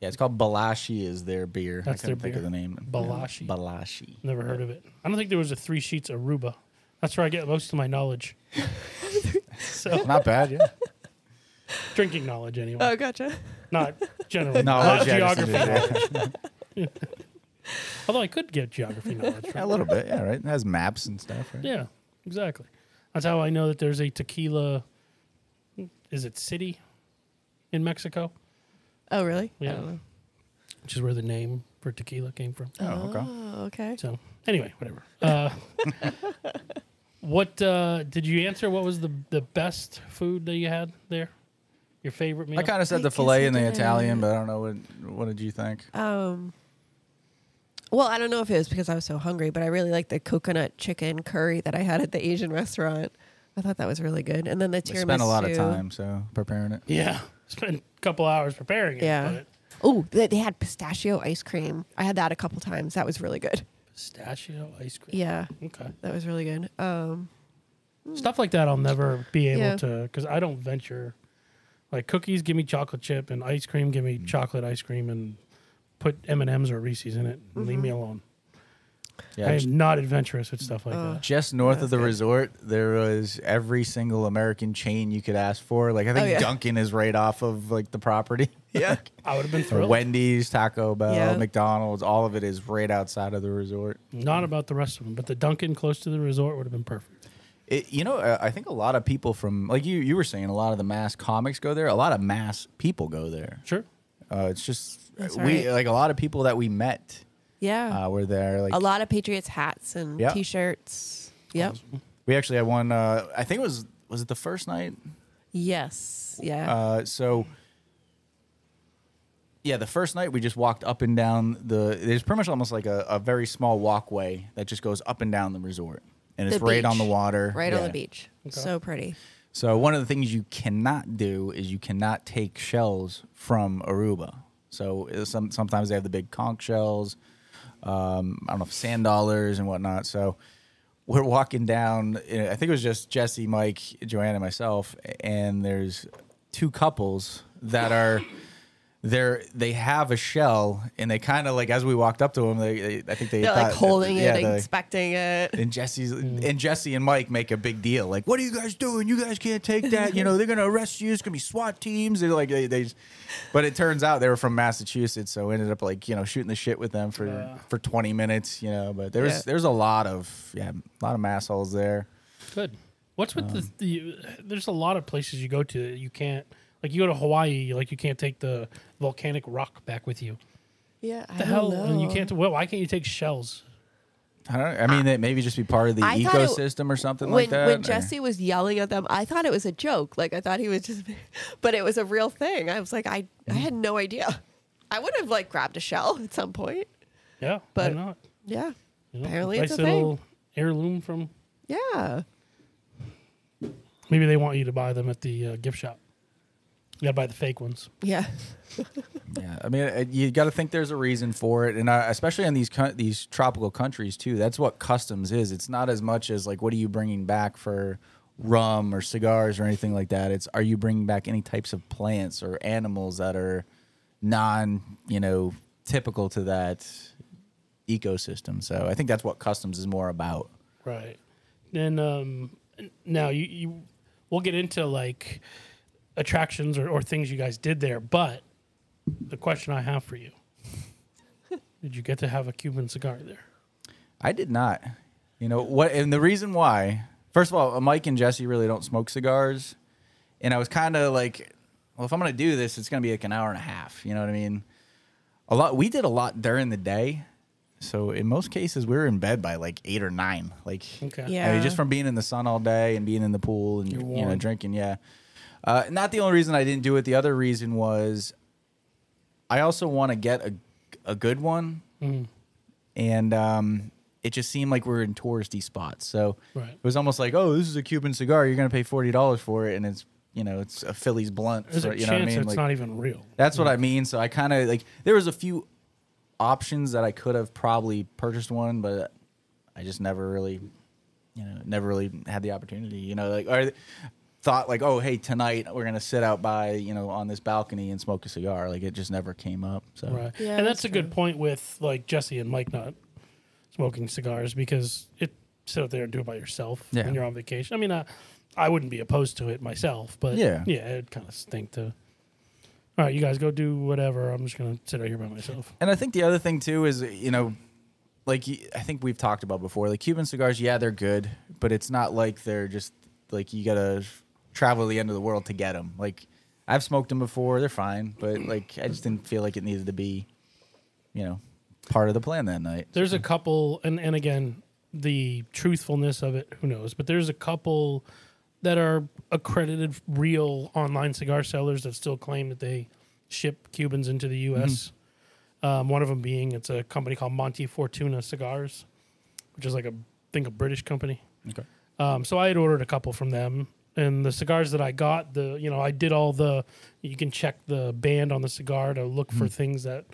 Yeah, it's called Balashi is their beer. That's I couldn't their think of the beer. name. Balashi. Balashi. Never heard of it. I don't think there was a Three Sheets Aruba. That's where I get most of my <laughs> knowledge. so Not <laughs> bad, yeah. drinking knowledge anyway, Oh, gotcha. not general Uh, <laughs> not Knowledge, yeah, just- geography. yeah. knowledge. Although I could get geography knowledge. Yeah, a <laughs> From little bit, yeah, right. It has maps and stuff, right? yeah, exactly. That's how I know that there's a tequila. Is it city in Mexico? Oh, really? I Yeah. don't know. Which is where the name for tequila came from. Oh, okay. Oh, okay. So anyway, whatever. Uh, <laughs> what uh, did you answer? What was the the best food that you had there? Your favorite meal? I kind of said the guess filet I and the did. Italian, but I don't know what. What did you think? Um, well, I don't know if it was because I was so hungry, but I really liked the coconut chicken curry that I had at the Asian restaurant. I thought that was really good. And then the We tiramisu. spent a lot of time so preparing it. yeah, spent a couple hours preparing it. Yeah. but Oh, they, they had pistachio ice cream. I had that a couple times. That was really good. pistachio ice cream. Yeah, Okay. that was really good. Um, Stuff like that, I'll never be able Yeah. to because I don't venture. Like cookies, give me chocolate chip, and ice cream, give me chocolate ice cream, and put M and M's or Reese's in it. and Mm-hmm. Leave me alone. Yeah, I j- am not adventurous with stuff like Uh. that. just north of the resort, there was every single American chain you could ask for. Like I think Oh, yeah. Dunkin' is right off of like the property. yeah. I would have been <laughs> Or thrilled. Wendy's, Taco Bell, Yeah. McDonald's, all of it is right outside of the resort. Not about the rest of them, but the Dunkin' close to the resort would have been perfect. It, you know, uh, I think a lot of people from like you you were saying a lot of the mass comics go there. A lot of mass people go there. Sure. Uh, it's just That's we right. like a lot of people that we met yeah. uh, were there. Like a lot of Patriots hats and Yeah. T-shirts. Yep. we actually had one. Uh, I think it was was it the first night? Yes. Yeah. Uh, so yeah, the first night we just walked up and down the. There's pretty much almost like a, a very small walkway that just goes up and down the resort, and it's The right on the beach. water, right on the Yeah. beach. So pretty. So one of the things you cannot do is you cannot take shells from Aruba. So uh, some, sometimes they have the big conch shells, um, I don't know, sand dollars and whatnot. So we're walking down. uh, I think it was just Jesse, Mike, Joanna, and myself, and there's two couples that are. They're, they have a shell and they kind of like as we walked up to them they, they I think they They're like thought- holding yeah, it, they- inspecting it. and Jesse's Mm. and Jesse and Mike make a big deal. Like, what are you guys doing? You guys can't take that. You know, they're gonna arrest you. It's gonna be SWAT teams. They're like, they, they just- but it turns out they were from Massachusetts, so we ended up like you know shooting the shit with them for Yeah. for twenty minutes. You know, but there's Yeah. there's a lot of yeah, a lot of mass holes there. Good. What's with Um, the, the? There's a lot of places you go to that you can't. Like you go to Hawaii, like you can't take the volcanic rock back with you. Yeah, I The don't hell, know. and you can't. Well, why can't you take shells? I don't. I mean, that maybe just be part of the I thought it- ecosystem or something When, like that. when or- Jesse was yelling at them, I thought it was a joke. Like I thought he was just, <laughs> but it was a real thing. I was like, I, I had no idea. I would have like grabbed a shell at some point. Yeah, But- why not? Yeah, You know, apparently nice it's a little thing. heirloom from. Yeah, Maybe they want you to buy them at the uh, gift shop. You gotta buy the fake ones. Yeah. Yeah, I mean, uh, you got to think there's a reason for it, and uh, especially in these coun- these tropical countries too. That's what customs is. It's not as much as like what are you bringing back for rum or cigars or anything like that. It's are you bringing back any types of plants or animals that are non, you know, typical to that ecosystem. So I think that's what customs is more about. Right. Then um, n- now you, you we'll get into like attractions or, or things you guys did there, but the question I have for you. <laughs> Did you get to have a Cuban cigar there? I did not. You know what? And the reason why, first of all, Mike and Jesse really don't smoke cigars, and I was kind of like, well, if I'm gonna do this, it's gonna be like an hour and a half. You know what I mean? A lot. We did a lot during the day, so in most cases, we were in bed by like eight or nine. Like, Okay. Yeah. I mean, just from being in the sun all day and being in the pool and you know warm. drinking. Yeah. Uh, not the only reason I didn't do it. The other reason was I also want to get a a good one, Mm. and um, it just seemed like we were in touristy spots. So Right. it was almost like, oh, this is a Cuban cigar. You're gonna pay forty dollars for it, and it's you know it's a Phillies blunt. There's so- a you know what I chance mean? it's Like, not even real. that's what I mean. So I kind of like there was a few options that I could have probably purchased one, but I just never really, you know, never really had the opportunity. You know, like or thought like, oh, hey, tonight we're gonna sit out by you know on this balcony and smoke a cigar. Like it just never came up. So Right. Yeah, and that's, that's a good point with like Jesse and Mike not smoking cigars because it sit out there and do it by yourself Yeah. when you're on vacation. I mean, I, I wouldn't be opposed to it myself, but Yeah. yeah, it'd kind of stink to. All right, you guys go do whatever. I'm just gonna sit out here by myself. And I think the other thing too is you know, like y- I think we've talked about before, like Cuban cigars. Yeah, they're good, but it's not like they're just like you gotta travel the end of the world to get them. Like I've smoked them before; they're fine, but like I just didn't feel like it needed to be, you know, part of the plan that night. There's a couple, and and again, the truthfulness of it, who knows? But there's a couple that are accredited real online cigar sellers that still claim that they ship Cubans into the U.S. Um, one of them being it's a company called Monte Fortuna Cigars, which is like a I think a British company. Okay. Um, so I had ordered a couple from them, and the cigars that I got, the you know I did all the you can check the band on the cigar to look Hmm. for things that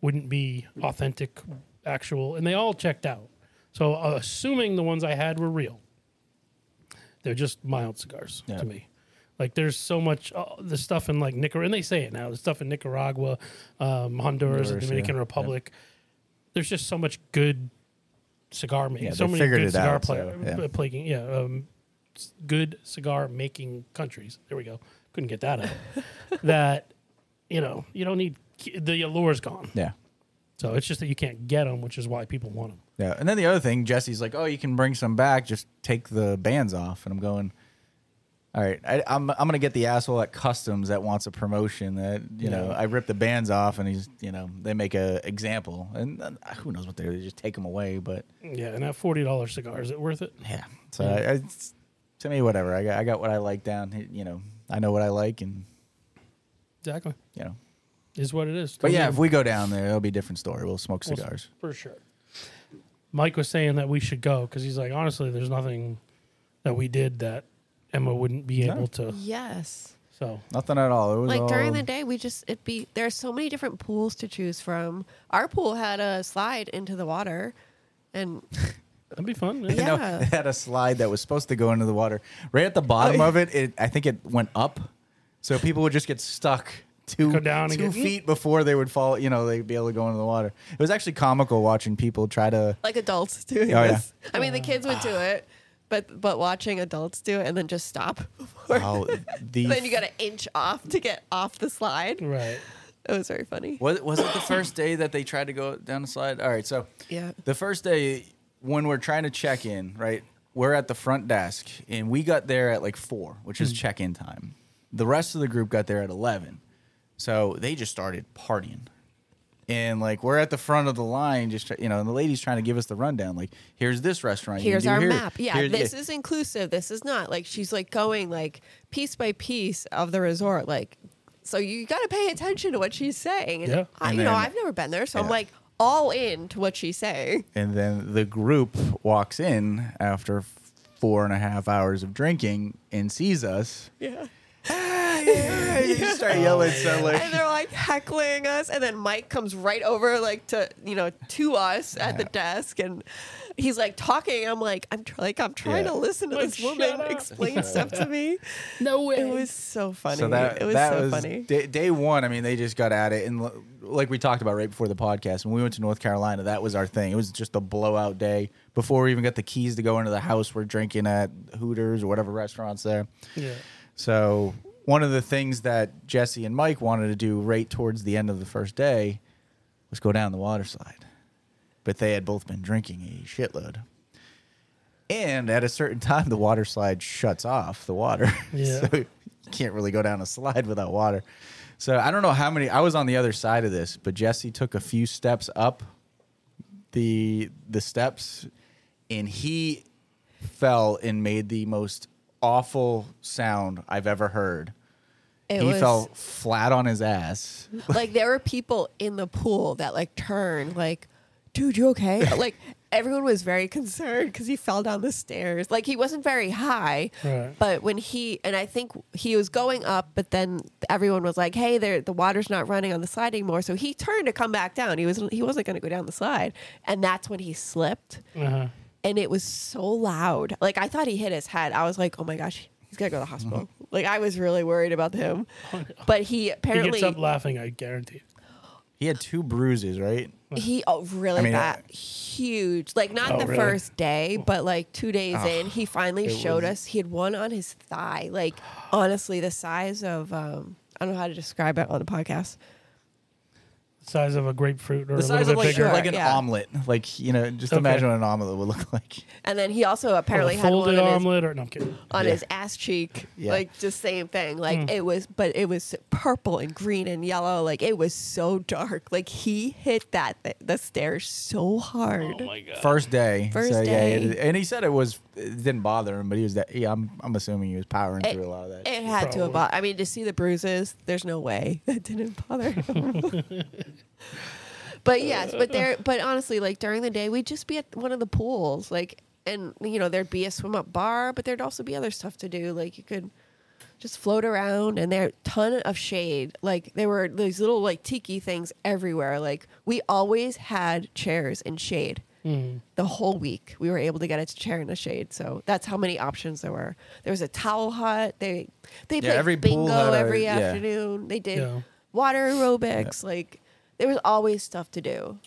wouldn't be authentic, actual, and they all checked out. So uh, assuming the ones I had were real, they're just mild cigars Yeah. to me. Like there's so much uh, the stuff in like Nicaragua, and they say it now. The stuff in Nicaragua, um, Honduras, the Honduras, yeah. Dominican Yeah. Republic. There's just so much good cigar making. Yeah, so they many figured good it cigar out, play- so, yeah. uh, plaking- yeah, um, s- good cigar making countries. There we go. Couldn't get that <laughs> out. that you know you don't need the allure's gone. Yeah. So it's just that you can't get them, which is why people want them. Yeah. And then the other thing, Jesse's like, "Oh, you can bring some back. Just take the bands off." And I'm going, "All right, I, I'm I'm gonna get the asshole at customs that wants a promotion that you know Yeah. I rip the bands off and he's you know they make a example and uh, who knows what they they just take them away, but Yeah, and at forty dollars cigar, is it worth it? yeah. So I, I- it's, to me, whatever. I got I got what I like down. You know, I know what I like and Exactly, you know. is what it is. But yeah, Doesn't if we go down there, it'll be a different story. We'll smoke cigars. for sure. Mike was saying that we should go because he's like, honestly, there's nothing that we did that Emma wouldn't be No. able to. Yes. So Nothing at all. It was Like during all- the day, we just it'd be there are so many different pools to choose from. Our pool had a slide into the water, and that'd be fun. You Yeah. know, Yeah. it <laughs> had a slide that was supposed to go into the water. Right at the bottom of it, it I think it went up, so people would just get stuck two Go down and two get- feet Mm. before they would fall. You know, they'd be able to go into the water. It was actually comical watching people try to. like adults <laughs> doing Oh, yeah. Ah. this. I mean, the kids would do it, but but watching adults do it and then just stop. <laughs> Before, Oh, the then you got to inch off to get off the slide. Right. It was very funny. Was <coughs> was it the first day that they tried to go down the slide? All right, so Yeah. the first day when we're trying to check in, right? We're at the front desk, and we got there at like four, which Hmm. is check in time. The rest of the group got there at eleven, so they just started partying. And like we're at the front of the line, just you know, and the lady's trying to give us the rundown. Like, here's this restaurant. you can Here's do our here. map. Yeah, Here- this is inclusive. This is not like she's like going like piece by piece of the resort. Like, so you got to pay attention to what she's saying. And Yeah. I, And you know, then- I've never been there, so I'm yeah. like all in to what she's saying. And then the group walks in after four and a half hours of drinking and sees us. <laughs> Yeah. yeah, <laughs> you start yelling, so like, and they're like heckling us and then mike comes right over like to you know to us at the desk and he's like talking i'm like i'm tr- like i'm trying Yeah. to listen to Like, this woman shut up. explain stuff to me <laughs> No way. it was so funny So that it was that so was funny Day, day one. I mean, they just got at it, and l- like we talked about right before the podcast, when we went to North Carolina, that was our thing. It was just a blowout day. Before we even got the keys to go into the house, we're drinking at Hooters or whatever restaurants there. yeah. So one of the things that Jesse and Mike wanted to do right towards the end of the first day was go down the water slide, but they had both been drinking a shitload. And at a certain <laughs> time, the water slide shuts off the water, <laughs> Yeah. so you can't really go down a slide without water. So I don't know how many. I was on the other side of this, but Jesse took a few steps up the the steps, and he fell and made the most awful sound I've ever heard. it he was fell flat on his ass. <laughs> like there were people in the pool that like turned like dude you okay like everyone was very concerned because he fell down the stairs like he wasn't very high Right. but when he and i think he was going up but then everyone was like hey there the water's not running on the slide anymore so he turned to come back down he was he wasn't going to go down the slide and that's when he slipped Uh-huh. and it was so loud. Like I thought he hit his head. I was like, oh my gosh, he's gotta go to the hospital. like I was really worried about him, but he He apparently gets up laughing. I guarantee. it. He had two bruises, right? he oh, really I mean, uh, got huge. Like not Oh, the really? first day, but like two days in, he finally Ah, it showed was- us he had one on his thigh. Like honestly, the size of um, I don't know how to describe it on the podcast. The size of a grapefruit or a The little size bit of like, bigger. Sure, like an yeah. omelet. Like, you know, just Okay. imagine what an omelet would look <laughs> like. And then he also apparently a had one folded on his omelet or no? I'm kidding. on Yeah. his ass cheek. Yeah. Like just same thing. Like Hmm. it was but it was purple and green and yellow. Like it was so dark. Like he hit that th- the stairs so hard. god. First day. First so, yeah, day. it- and he said it was, it didn't bother him, but he was that, yeah, I'm, I'm assuming he was powering It- through a lot of that. It had to have bo- I mean, to see the bruises, there's no way <laughs> that didn't bother him. <laughs> but yes, but there, but honestly, like during the day, we'd just be at one of the pools, like, and you know, there'd be a swim up bar, but there'd also be other stuff to do. Like you could just float around, and there ton of shade. Like there were these little like tiki things everywhere. Like we always had chairs in shade the whole week we were able to get a chair in the shade so that's how many options there were there was a towel hut they they played every pool bingo had a- every yeah. afternoon they did Yeah. water aerobics like there was always stuff to do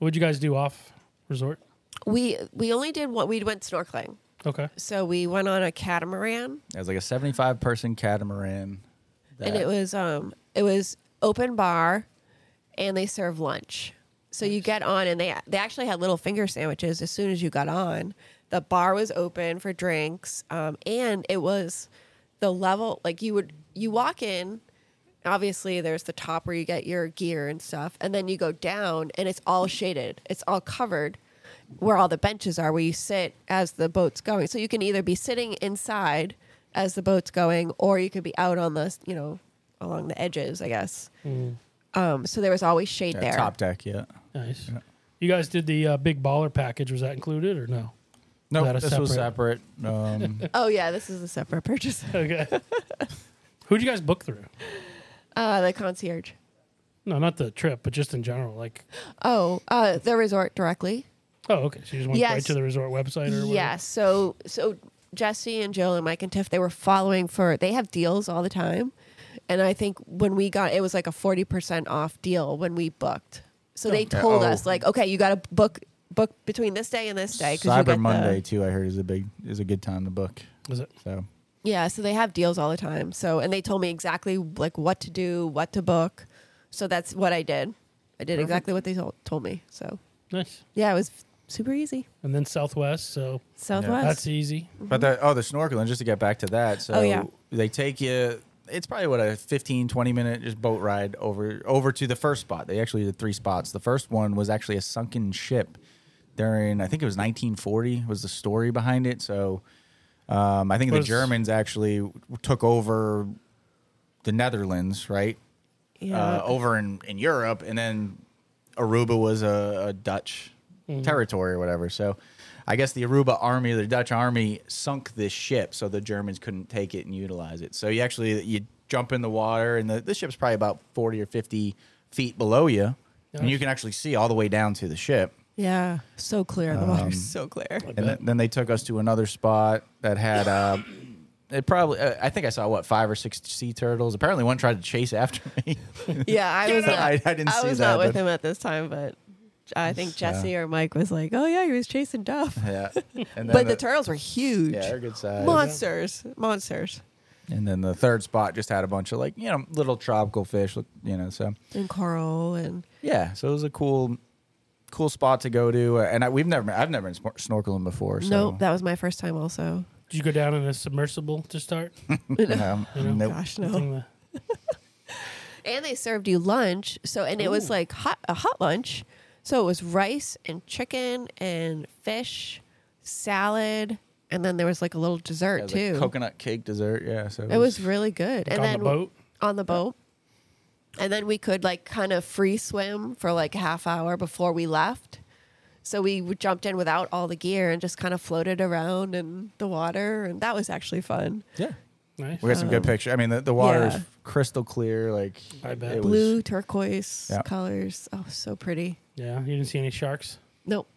What'd you guys do off resort? we we only did what we went snorkeling Okay. so we went on a catamaran It was like a 75 person catamaran. and it was um it was open bar and they serve lunch so you get on and they they actually had little finger sandwiches as soon as you got on the bar was open for drinks um, and it was the level like you would you walk in obviously there's the top where you get your gear and stuff and then you go down and it's all shaded it's all covered where all the benches are where you sit as the boat's going so you can either be sitting inside as the boat's going or you could be out on the you know along the edges i guess um, so there was always shade Yeah, there top deck, yeah. Nice. You guys did the uh, big baller package. Was that included or no? <laughs> No, That a this was separate. <laughs> Um, oh yeah this is a separate purchase <laughs> Okay. Who'd you guys book through? uh, the concierge No, not the trip, but just in general. Like, oh uh, the resort directly oh, okay. So you just went right Yes. to the resort website or whatever? Yeah. So so Jesse and Jill and Mike and Tiff, they were following for they have deals all the time. And I think when we got it was like a forty percent off deal when we booked. So they Okay. told Oh. us like, okay, you gotta book book between this day and this day. 'cause you get Cyber the- Monday, too, I heard is a big, is a good time to book. Was it? So yeah, so they have deals all the time. So and they told me exactly like what to do, what to book. So that's what I did. I did exactly what they told, told me. So Nice. yeah, it was super easy. And then Southwest. So Southwest. that's easy. But the, oh, the snorkeling, just to get back to that. So Oh, yeah. they take you, it's probably what a 15, 20 minute just boat ride over over to the first spot. They actually did three spots. The first one was actually a sunken ship during, I think it was 1940 was the story behind it. So um, I think the Was- Germans actually took over the Netherlands, right? yeah. uh, over in, in Europe, and then Aruba was a, a Dutch territory or whatever. So I guess the Aruba army, the Dutch army, sunk this ship, so the Germans couldn't take it and utilize it. So you actually you jump in the water, and the, the ship's probably about 40 or 50 feet below you, and you can actually see all the way down to the ship. Yeah, so clear. The Um, water's so <laughs> clear. And then, then they took us to another spot that had, uh, it probably, uh, I think I saw what, five or six sea turtles. Apparently, one tried to chase after <laughs> me. <laughs> Yeah, I was. out. Not, I- I didn't see was that, not with but- him at this time, but I think Jesse or Mike was like, "Oh yeah, he was chasing Duff." yeah. <laughs> And then But the turtles were huge, Yeah, they're good size. monsters, monsters, And then the third spot just had a bunch of like you know little tropical fish, look- you know. So and coral, and yeah, so it was a cool, cool spot to go to. uh, And I, we've never, I've never been snor- snorkeling before. So nope, that was my first time also. Did you go down in a submersible to start? <laughs> um, nope. Oh, Gosh, I no. think the- And they served you lunch, so and it was like hot, a hot lunch, so it was rice and chicken and fish, salad, and then there was like a little dessert It was too. like coconut cake dessert. Yeah, so It was really good. and on then the boat? On the boat. And then we could like kind of free swim for like a half hour before we left. So we w- jumped in without all the gear and just kind of floated around in the water, and that was actually fun. yeah. nice. We got some good pictures. I mean, the, the water is Um, yeah. crystal clear. Like I bet. it was- Blue turquoise Yeah. colors. Oh, so pretty. Yeah, you didn't see any sharks. Nope.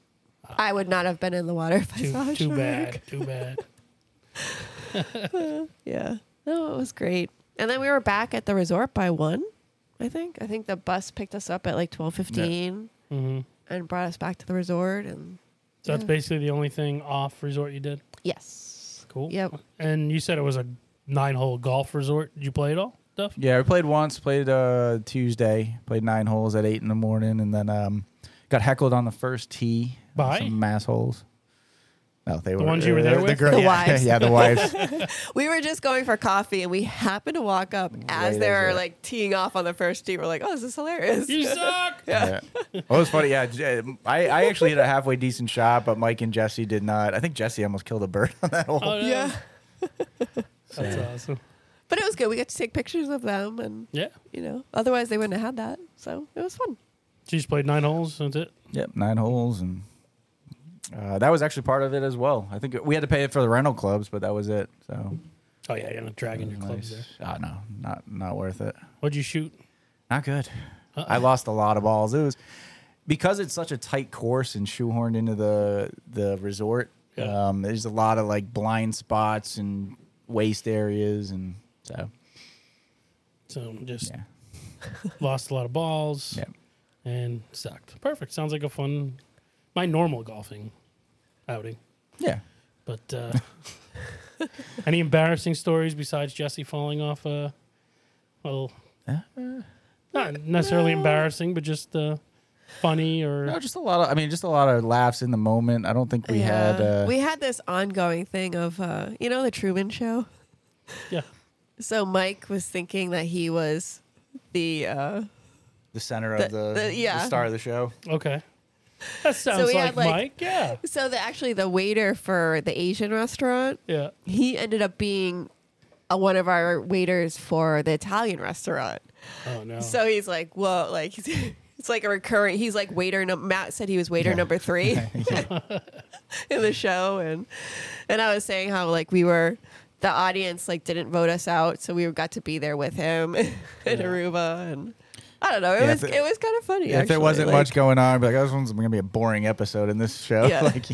I would not have been in the water if I saw Too, a too shark. bad. Too bad. <laughs> Yeah. No, it was great. And then we were back at the resort by one, I think. I think the bus picked us up at like twelve fifteen hmm and brought us back to the resort and So that's basically the only thing off resort you did. Yes. Cool. Yep. And you said it was a nine-hole golf resort. Did you play it all, Duff? <laughs> Yeah, we played once. Played uh, Tuesday. Played nine holes at eight in the morning, and then um, got heckled on the first tee. By? some mass holes. No, they were uh, ones you were there the with? girl- The <laughs> yeah, wives. yeah, the wives. <laughs> We were just going for coffee and we happened to walk up as Right they as were it- like teeing off on the first tee. We're like, oh, this is hilarious. <laughs> You suck. yeah. Well, it was funny. Yeah, J- I, I actually hit a halfway decent shot, but Mike and Jesse did not. I think Jesse almost killed a bird <laughs> on that hole. Oh, no. yeah. That's awesome. But it was good. We got to take pictures of them and, Yeah. you know, otherwise they wouldn't have had that. So it was fun. So you just played nine holes. That's it. Yep, nine holes, and uh, that was actually part of it as well. I think we had to pay for the rental clubs, but that was it. So Oh yeah, you're not dragging your clubs there. Ah, no, not not worth it. What'd you shoot? Not good. I lost a lot of balls. It was because it's such a tight course and shoehorned into the the resort. Yeah. Um, there's a lot of like blind spots and waste areas, and so So just yeah, lost a lot of balls yeah. and sucked. Perfect. Sounds like a fun, my normal golfing outing. Yeah. But uh, <laughs> any embarrassing stories besides Jesse falling off a, well, Uh, not necessarily embarrassing, but just uh, funny or No, just a lot of. I mean, just a lot of laughs in the moment. I don't think we had. Uh, we had this ongoing thing of, uh, you know, the Truman Show. yeah, So Mike was thinking that he was the. Uh, the center the- the- yeah. star of the show. okay. That sounds we like, had, like- Mike. Yeah, so the actually the waiter for the Asian restaurant yeah. he ended up being uh one of our waiters for the Italian restaurant. Oh no. So he's like, whoa, like <laughs> it's like a recurring. He's like waiter. Num- Matt said he was waiter Yeah. <laughs> number three <laughs> in the show, and and I was saying how like we were the audience like didn't vote us out, so we got to be there with him <laughs> in Aruba, and I don't know. It Yeah, was if it- it was kind of funny. if there actually, wasn't like- much going on, I'd be like, oh, this one's gonna be a boring episode in this show. Yeah. <laughs> like,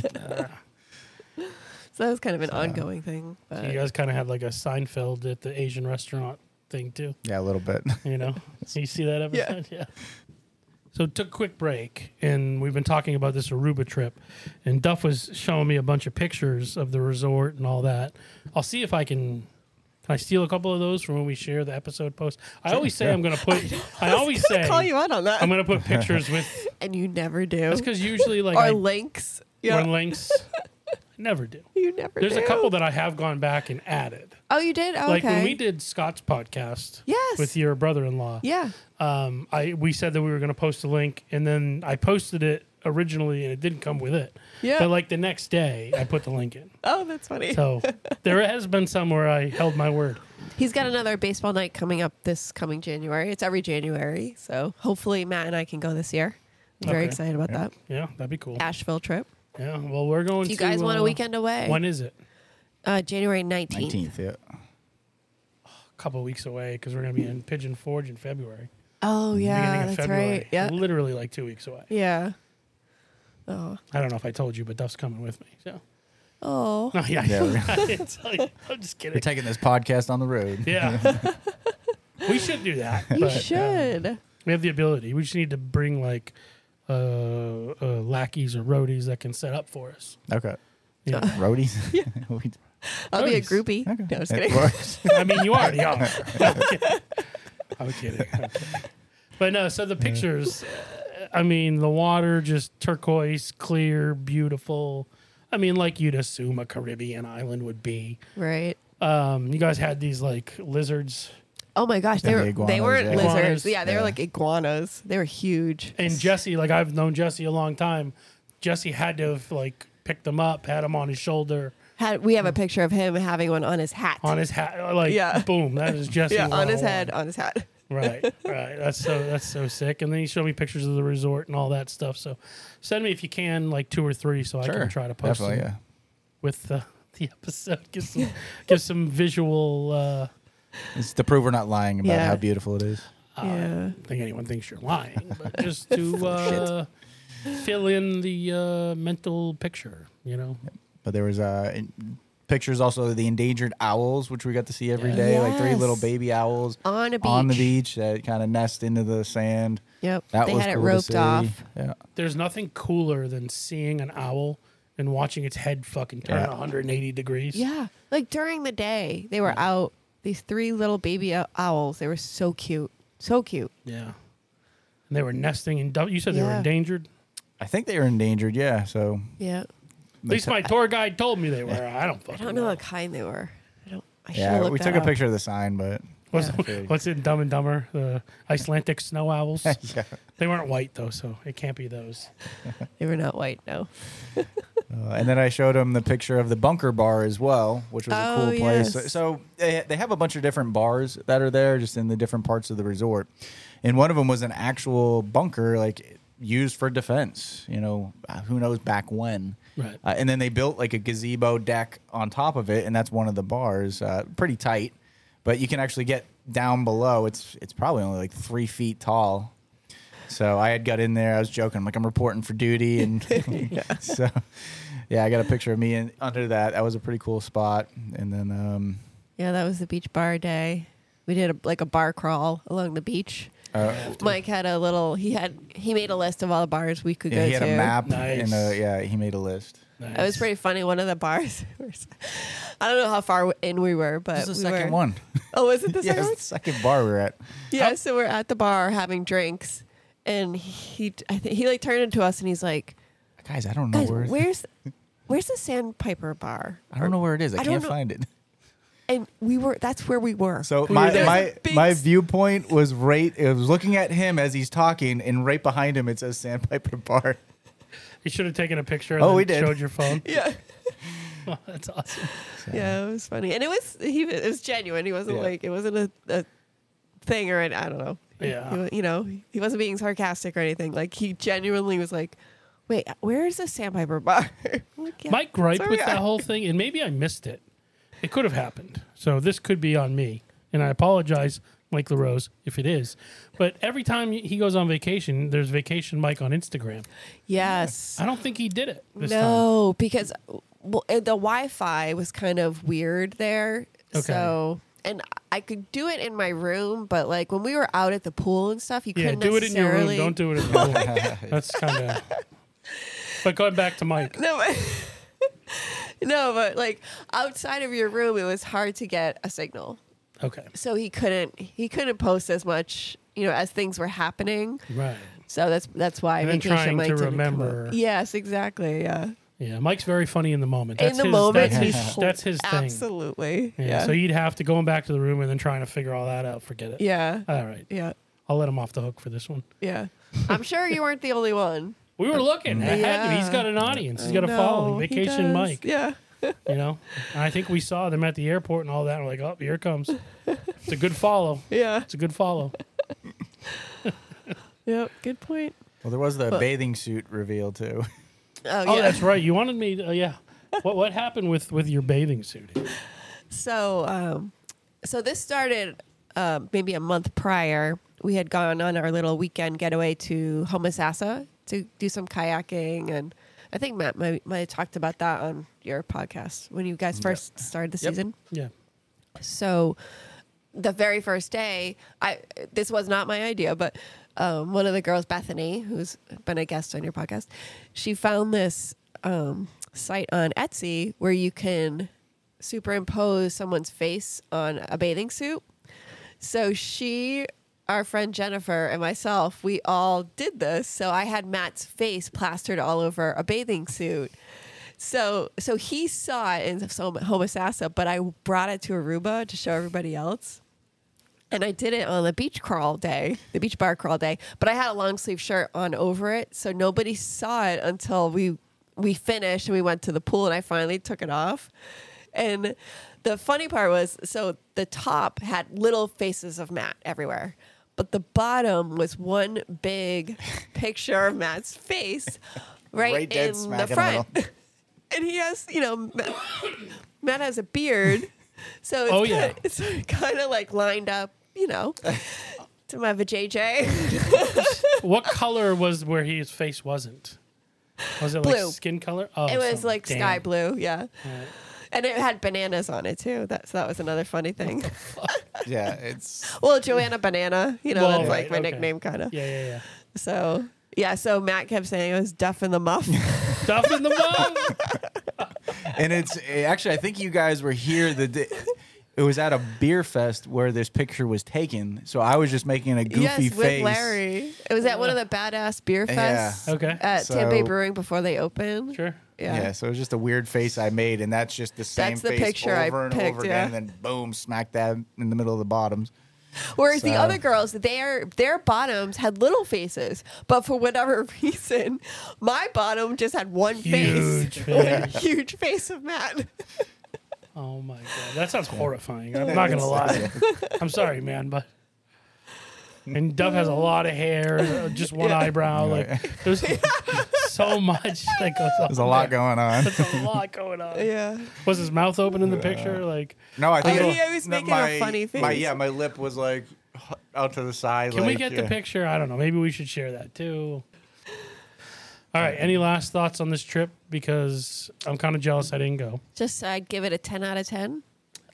so that was kind of an ongoing thing. So But you guys kind of had like a Seinfeld at the Asian restaurant thing too. yeah, a little bit. You <laughs> know, you see that Yeah. episode? <laughs> Yeah. So took a quick break, and we've been talking about this Aruba trip, and Duff was showing me a bunch of pictures of the resort and all that. I'll see if I can. Can I steal a couple of those from when we share the episode post? I always say I'm going <laughs> to put. I, always I'm say gonna call you out on that, I'm going to put pictures <laughs> with. and you never do. That's because usually like or I, links. when <laughs> links, I never do. You never. There's a do. couple that I have gone back and added. Oh, you did. Oh, Like okay. when we did Scott's podcast Yes. with your brother-in-law. Yeah. um, I we said that we were going to post a link, and then I posted it originally, and it didn't come with it. Yeah. But like the next day, I put the link in. Oh, that's funny. <laughs> So there has been some where I held my word. He's got another baseball night coming up this coming January. It's every January, so hopefully Matt and I can go this year. I'm very Okay. excited about that Yeah, that'd be cool. Asheville trip. Yeah. Well, we're going. If you to, guys want a uh, weekend away, When is it? uh, January nineteenth. Nineteenth, yeah. couple weeks away because we're going to be in Pigeon Forge in February. Oh yeah, beginning that's of February. right. Yeah, Literally like two weeks away. yeah. Oh, I don't know if I told you, but Duff's coming with me. So. <laughs> oh. No, yeah. Yeah, we- I didn't tell you. I'm just We're kidding. taking this podcast on the road. Yeah. we should do that. You but, um, should. we have the ability. We just need to bring like uh, uh, lackeys or roadies that can set up for us. Okay. You know? Roadies. <laughs> We- I'll be a nice. groupie. okay. No, just It <laughs> kidding. <laughs> works. I mean, you already are. <laughs> I'm kidding. I'm kidding. I'm kidding. But no, so the pictures, uh, I mean, the water just turquoise, clear, beautiful. I mean, like you'd assume a Caribbean island would be. Right. Um, you guys had these like lizards, Oh my gosh, they Yeah, were the they iguanas, weren't yeah. lizards. Iguanas. Yeah, they Yeah. were like iguanas. They were huge. and Jesse, like I've known Jesse a long time. Jesse had to have like picked them up, had them on his shoulder, Had, we have a picture of him having one on his hat. on his hat, like Yeah. boom, that is Jesse. <laughs> yeah, on his 101. head, on his hat. <laughs> Right, right. That's so that's so sick. And then you show me pictures of the resort and all that stuff. So send me if you can, like two or three, so I can try to post Definitely, them yeah. with the, the episode. <laughs> Give some give some visual. Uh, It's to prove we're not lying about Yeah. how beautiful it is. uh, I Yeah. don't think anyone thinks you're lying, <laughs> but just to uh, fill in the uh, mental picture. You know, But there was uh, in, pictures also of the endangered owls, which we got to see every Yeah. day, like three Yes. little baby owls Uh, On a beach. on the beach that kind of nest into the sand. Yep. That they was had cool it to roped see. off. Yeah. there's nothing cooler than seeing an owl and watching its head fucking turn Yeah. 180 degrees. Yeah. Like during the day, they were out. These three little baby o- owls. They were so cute. So cute. yeah. And they were nesting in. dou- You said they were Yeah. endangered. I think they were endangered. Yeah. So Yeah. At least my tour guide told me they were. I don't I fucking don't know what kind they were. I don't. I should yeah, have we took a picture of the sign, but What's, Yeah. what's in Dumb and Dumber? The Icelandic snow owls. <laughs> yeah. they weren't white though, so it can't be those. They were not white. No. Uh, and then I showed him the picture of the bunker bar as well, which was a Oh, cool place. yes. So they, they have a bunch of different bars that are there just in the different parts of the resort. And one of them was an actual bunker, like used for defense, you know, uh, who knows back when. Right. Uh, and then they built like a gazebo deck on top of it, and that's one of the bars. Uh, pretty tight, but you can actually get down below. It's it's probably only like three feet tall. So I had got in there. I was joking. I'm like, I'm reporting for duty, and <laughs> so yeah, I got a picture of me in, under that. That was a pretty cool spot. And then um, Yeah, that was the beach bar day. We did a, like a bar crawl along the beach. uh, Mike had a little. He had he made a list of all the bars we could yeah, go he had to. a map Nice. and a, yeah, he made a list. It was pretty funny. One of the bars. <laughs> I don't know how far in we were, but This is the we second were- <laughs> one. Oh, was <laughs> it the yeah, second it's one? the second bar we were at. Yeah. So we're at the bar having drinks, and he, I think he like turned into us, and he's like, Guys, I don't know "Guys, where where's, where's the Sandpiper Bar?" I don't know where it is. I, I don't can't know- find it. And we were. That's where we were. So We were my there. my There's a big my s- viewpoint was right. It was looking at him as he's talking, and right behind him it says <laughs> Sandpiper Bar. You should have taken a picture. And Oh, then we did. Showed your <laughs> phone. Yeah. Oh, that's awesome. Yeah, it was funny, and it was he. It was genuine. He wasn't Yeah. like it wasn't a, a thing or an, I don't know. He Yeah. wa- you know, he wasn't being sarcastic or anything. Like he genuinely was like, "Wait, where is the sandpiper bar?" <laughs> I'm like, "Yeah, My gripe that's where with we that are." whole thing, and maybe I missed it. It could have happened. So this could be on me, and I apologize, Mike LaRose, if it is. But every time he goes on vacation, there's vacation Mike on Instagram. yes, I don't think he did it this time. no, because well, uh, the Wi-Fi was kind of weird there. Okay. So, and I could do it in my room, but like when we were out at the pool and stuff, you Yeah, couldn't do it in your room. necessarily- Don't do it in the room. <laughs> That's kind of. But going back to Mike, <laughs> No, but, no, but like outside of your room, it was hard to get a signal, okay, so he couldn't he couldn't post as much, you know, as things were happening. right, So that's that's why And then vacation trying Mike to didn't come up. remember. Yes, exactly. Yeah, yeah. Mike's very funny in the moment. in That's the his, moment, that's he's his, that's his thing. Absolutely. Yeah, Yeah. So you'd have to going back to the room and then trying to figure all that out. Forget it. yeah. All right. Yeah. I'll let him off the hook for this one. Yeah. I'm sure you weren't the only one. We were looking. I had to. He's Yeah. got an audience. He's I got a following. know, he Vacation does. Mike. Yeah. You know. And I think we saw them at the airport and all that. And we're like, oh, here it comes. It's a good follow. Yeah. It's a good <laughs> follow. Yep. Good point. <laughs> Well, there was the But- bathing suit <laughs> reveal too. Oh, Oh, yeah. that's right. You wanted me. To, uh, yeah. What what happened with with your bathing suit? So um, so this started uh, maybe a month prior. We had gone on our little weekend getaway to Homosassa to do some kayaking, and I think Matt might, might have talked about that on your podcast when you guys first started the Yep. season. <laughs> Yeah. So the very first day, I this was not my idea, but um, one of the girls, Bethany, who's been a guest on your podcast, she found this um, site on Etsy where you can superimpose someone's face on a bathing suit. So she, our friend Jennifer, and myself, we all did this. So I had Matt's face plastered all over a bathing suit. So so he saw it in some Homosassa, but I brought it to Aruba to show everybody else. And I did it on the beach crawl day, the beach bar crawl day. But I had a long sleeve shirt on over it, so nobody saw it until we we finished and we went to the pool and I finally took it off. And the funny part was so the top had little faces of Matt everywhere. But the bottom was one big picture of Matt's face right, Right dead in smack the in the front. <laughs> middle. and he has, you know, Matt, Matt has a beard, so it's Oh, kinda, yeah. it's kind of like lined up, you know, to my vajayjay. What color was where his face wasn't? Was it Blue. like skin color? Oh, It was some- like damn. sky blue, yeah, Alright. and it had bananas on it too. That so that was another funny thing. Yeah, it's Well, Joanna Banana, you know, Well, that's like right, my okay. nickname, kind of. Yeah, yeah, yeah. So yeah, so Matt kept saying I was deaf in the muff. Stuff <laughs> in the mug. and it's eh, actually I think you guys were here the day. It was at a beer fest where this picture was taken, so I was just making a <laughs> goofy yes, face. with Larry. It was at one of the badass beer Yeah. fests Okay. at So- Tampa Bay Brewing before they opened. Sure. Yeah. Yeah. so it was just a weird face I made, and that's just the same That's the face picture I over and picked, over yeah. again, and then boom, smack that in the middle of the bottoms. Whereas the So- other girls, their their bottoms had little faces, but for whatever <laughs> reason, my bottom just had one Huge face, <laughs> face. huge face of Matt. <laughs> Oh my god, that sounds horrifying. I'm not gonna lie. <laughs> I'm sorry, man, but and Dove has a lot of hair, uh, just one eyebrow. Like there's <laughs> so much that goes on. There's Oh, a lot going <laughs> on. There's a lot going on. yeah, Was his mouth open in the picture? Like, No, I think Oh, it- he was no, making a my, funny My, face. yeah, my lip was like out to the side. can we like, get the yeah. picture? I don't know. Maybe we should share that too. All right. Any last thoughts on this trip? Because I'm kind of jealous I didn't go. just I'd give it a ten out of ten.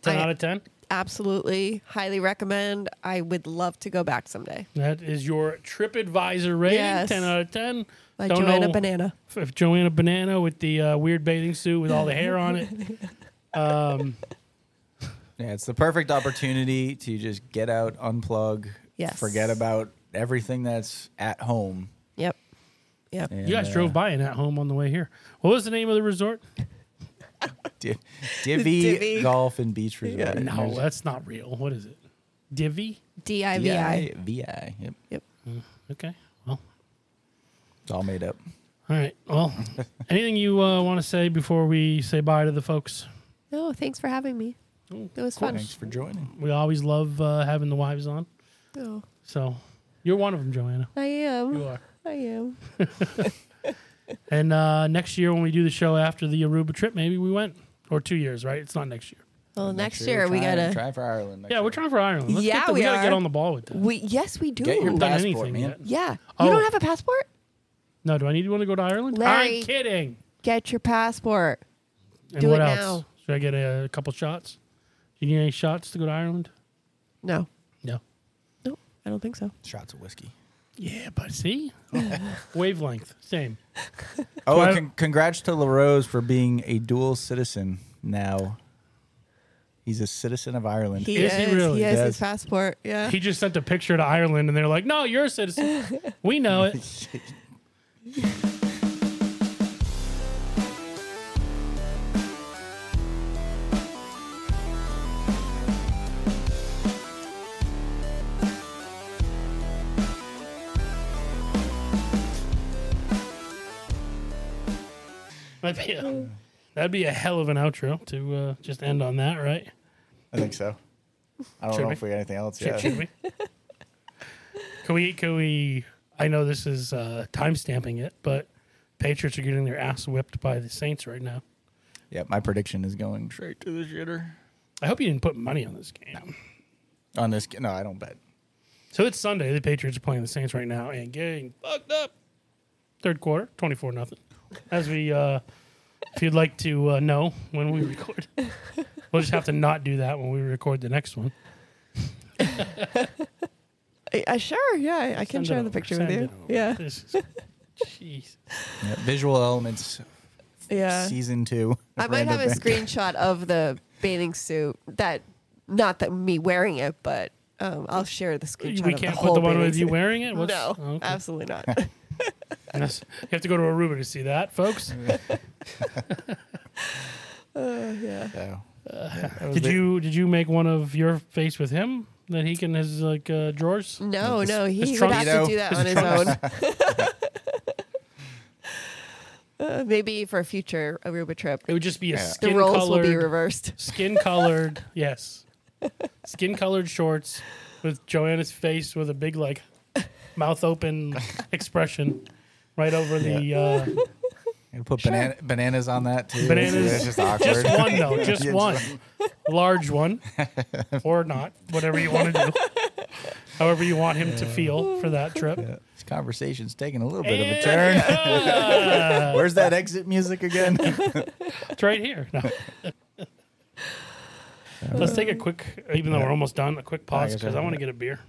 Ten I- out of ten. Absolutely, highly recommend. I would love to go back someday. That is your TripAdvisor rating. Yes. Ten out of ten. Like Don't Joanna know- Banana. if Joanna Banana with the uh, weird bathing suit with all the hair on <laughs> it. Um, Yeah, it's the perfect opportunity to just get out, unplug, Yes. forget about everything that's at home. uh, Yep, yep. you guys drove by and at home on the way here. What was the name of the resort? Div- <laughs> Divvy, Divvy. Golf and Beach Resort. Yeah. No, that's not real. What is it? Divi. D I V I. VI. VI. Yep. Yep. Okay. Well, It's all made up. all right. <laughs> Well, anything you uh, want to say before we say bye to the folks? No, Oh, thanks for having me. It was fun. Thanks for joining. We always love uh, having the wives on. Oh, So you're one of them, Joanna. I You am. are. I am. And uh, next year when we do the show after the Aruba trip, maybe we went. Or two years, right? It's not next year. Well, next we're year we trying- gotta. try for Ireland. next Yeah, we're year. trying for Ireland. Let's Yeah, get the, we, we gotta get are. on the ball with that. We yes, we do. Get your We've passport, done anything man. yet. Yeah. You Oh. don't have a passport? No, do I need to want to go to Ireland? Larry. I'm kidding. Get your passport. And Do what it else? now. Should I get a, couple shots? Do you need any shots to go to Ireland? No. No. No, I don't think so. Shots of whiskey. Yeah, but see, Oh. <laughs> wavelength, same. Oh, Well- and con- congrats to LaRose for being a dual citizen now. He's a citizen of Ireland. <laughs> He Is is. he really? He has Yes. his passport. Yeah. He just sent a picture to Ireland, and they're like, "No, you're a citizen. We know it." <laughs> That'd be a, that'd be a hell of an outro to uh, just end on that, right? I think so. I don't Should know we? if we got anything else Should, yet. should we? can we? Can we? I know this is uh, time stamping it, but Patriots are getting their ass whipped by the Saints right now. Yeah, my prediction is going straight to the shitter. I hope you didn't put money on this game. on this. No, I don't bet. So it's Sunday. The Patriots are playing the Saints right now and getting fucked up. Third quarter, 24 nothing. As we, uh, if you'd like to uh, know when we record, we'll just have to not do that when we record the next one. I, I- Uh, sure, yeah, I, I Send can it share the over. picture Send with you. it over. Yeah, This <laughs> is, jeez. Yeah, visual elements, yeah. season two. I might have Randall a <laughs> Band. screenshot of the bathing suit that, not that me wearing it, but um, I'll share the screenshot. We of can't whole put the one bathing with you suit. wearing it? What's- No, oh, okay. absolutely <laughs> not. Yes. You have to go to Aruba to see that, <laughs> folks. Uh, Uh, yeah. So, Did you did you make one of your face with him that he can his like uh, drawers? No, His- no, his he would trunks- have You know, to do that his on his trunks. own. <laughs> Uh, maybe for a future Aruba trip, It would just be a Yeah. The the skin roles will be colored reversed. skin colored <laughs> yes skin colored shorts with Joanna's face with a big like mouth <laughs> open expression right over the uh, you put banana, bananas on that too. Bananas. It's just awkward. just one <laughs> though just Yeah, one large <laughs> one or not whatever you want <laughs> to do however you want him to feel for that trip Yeah. This conversation's taking a little bit of And, a turn. <laughs> uh, Where's that exit music again? It's right here. No. Let's take a quick, even though we're almost done, a quick pause guess because I I- want to get a beer.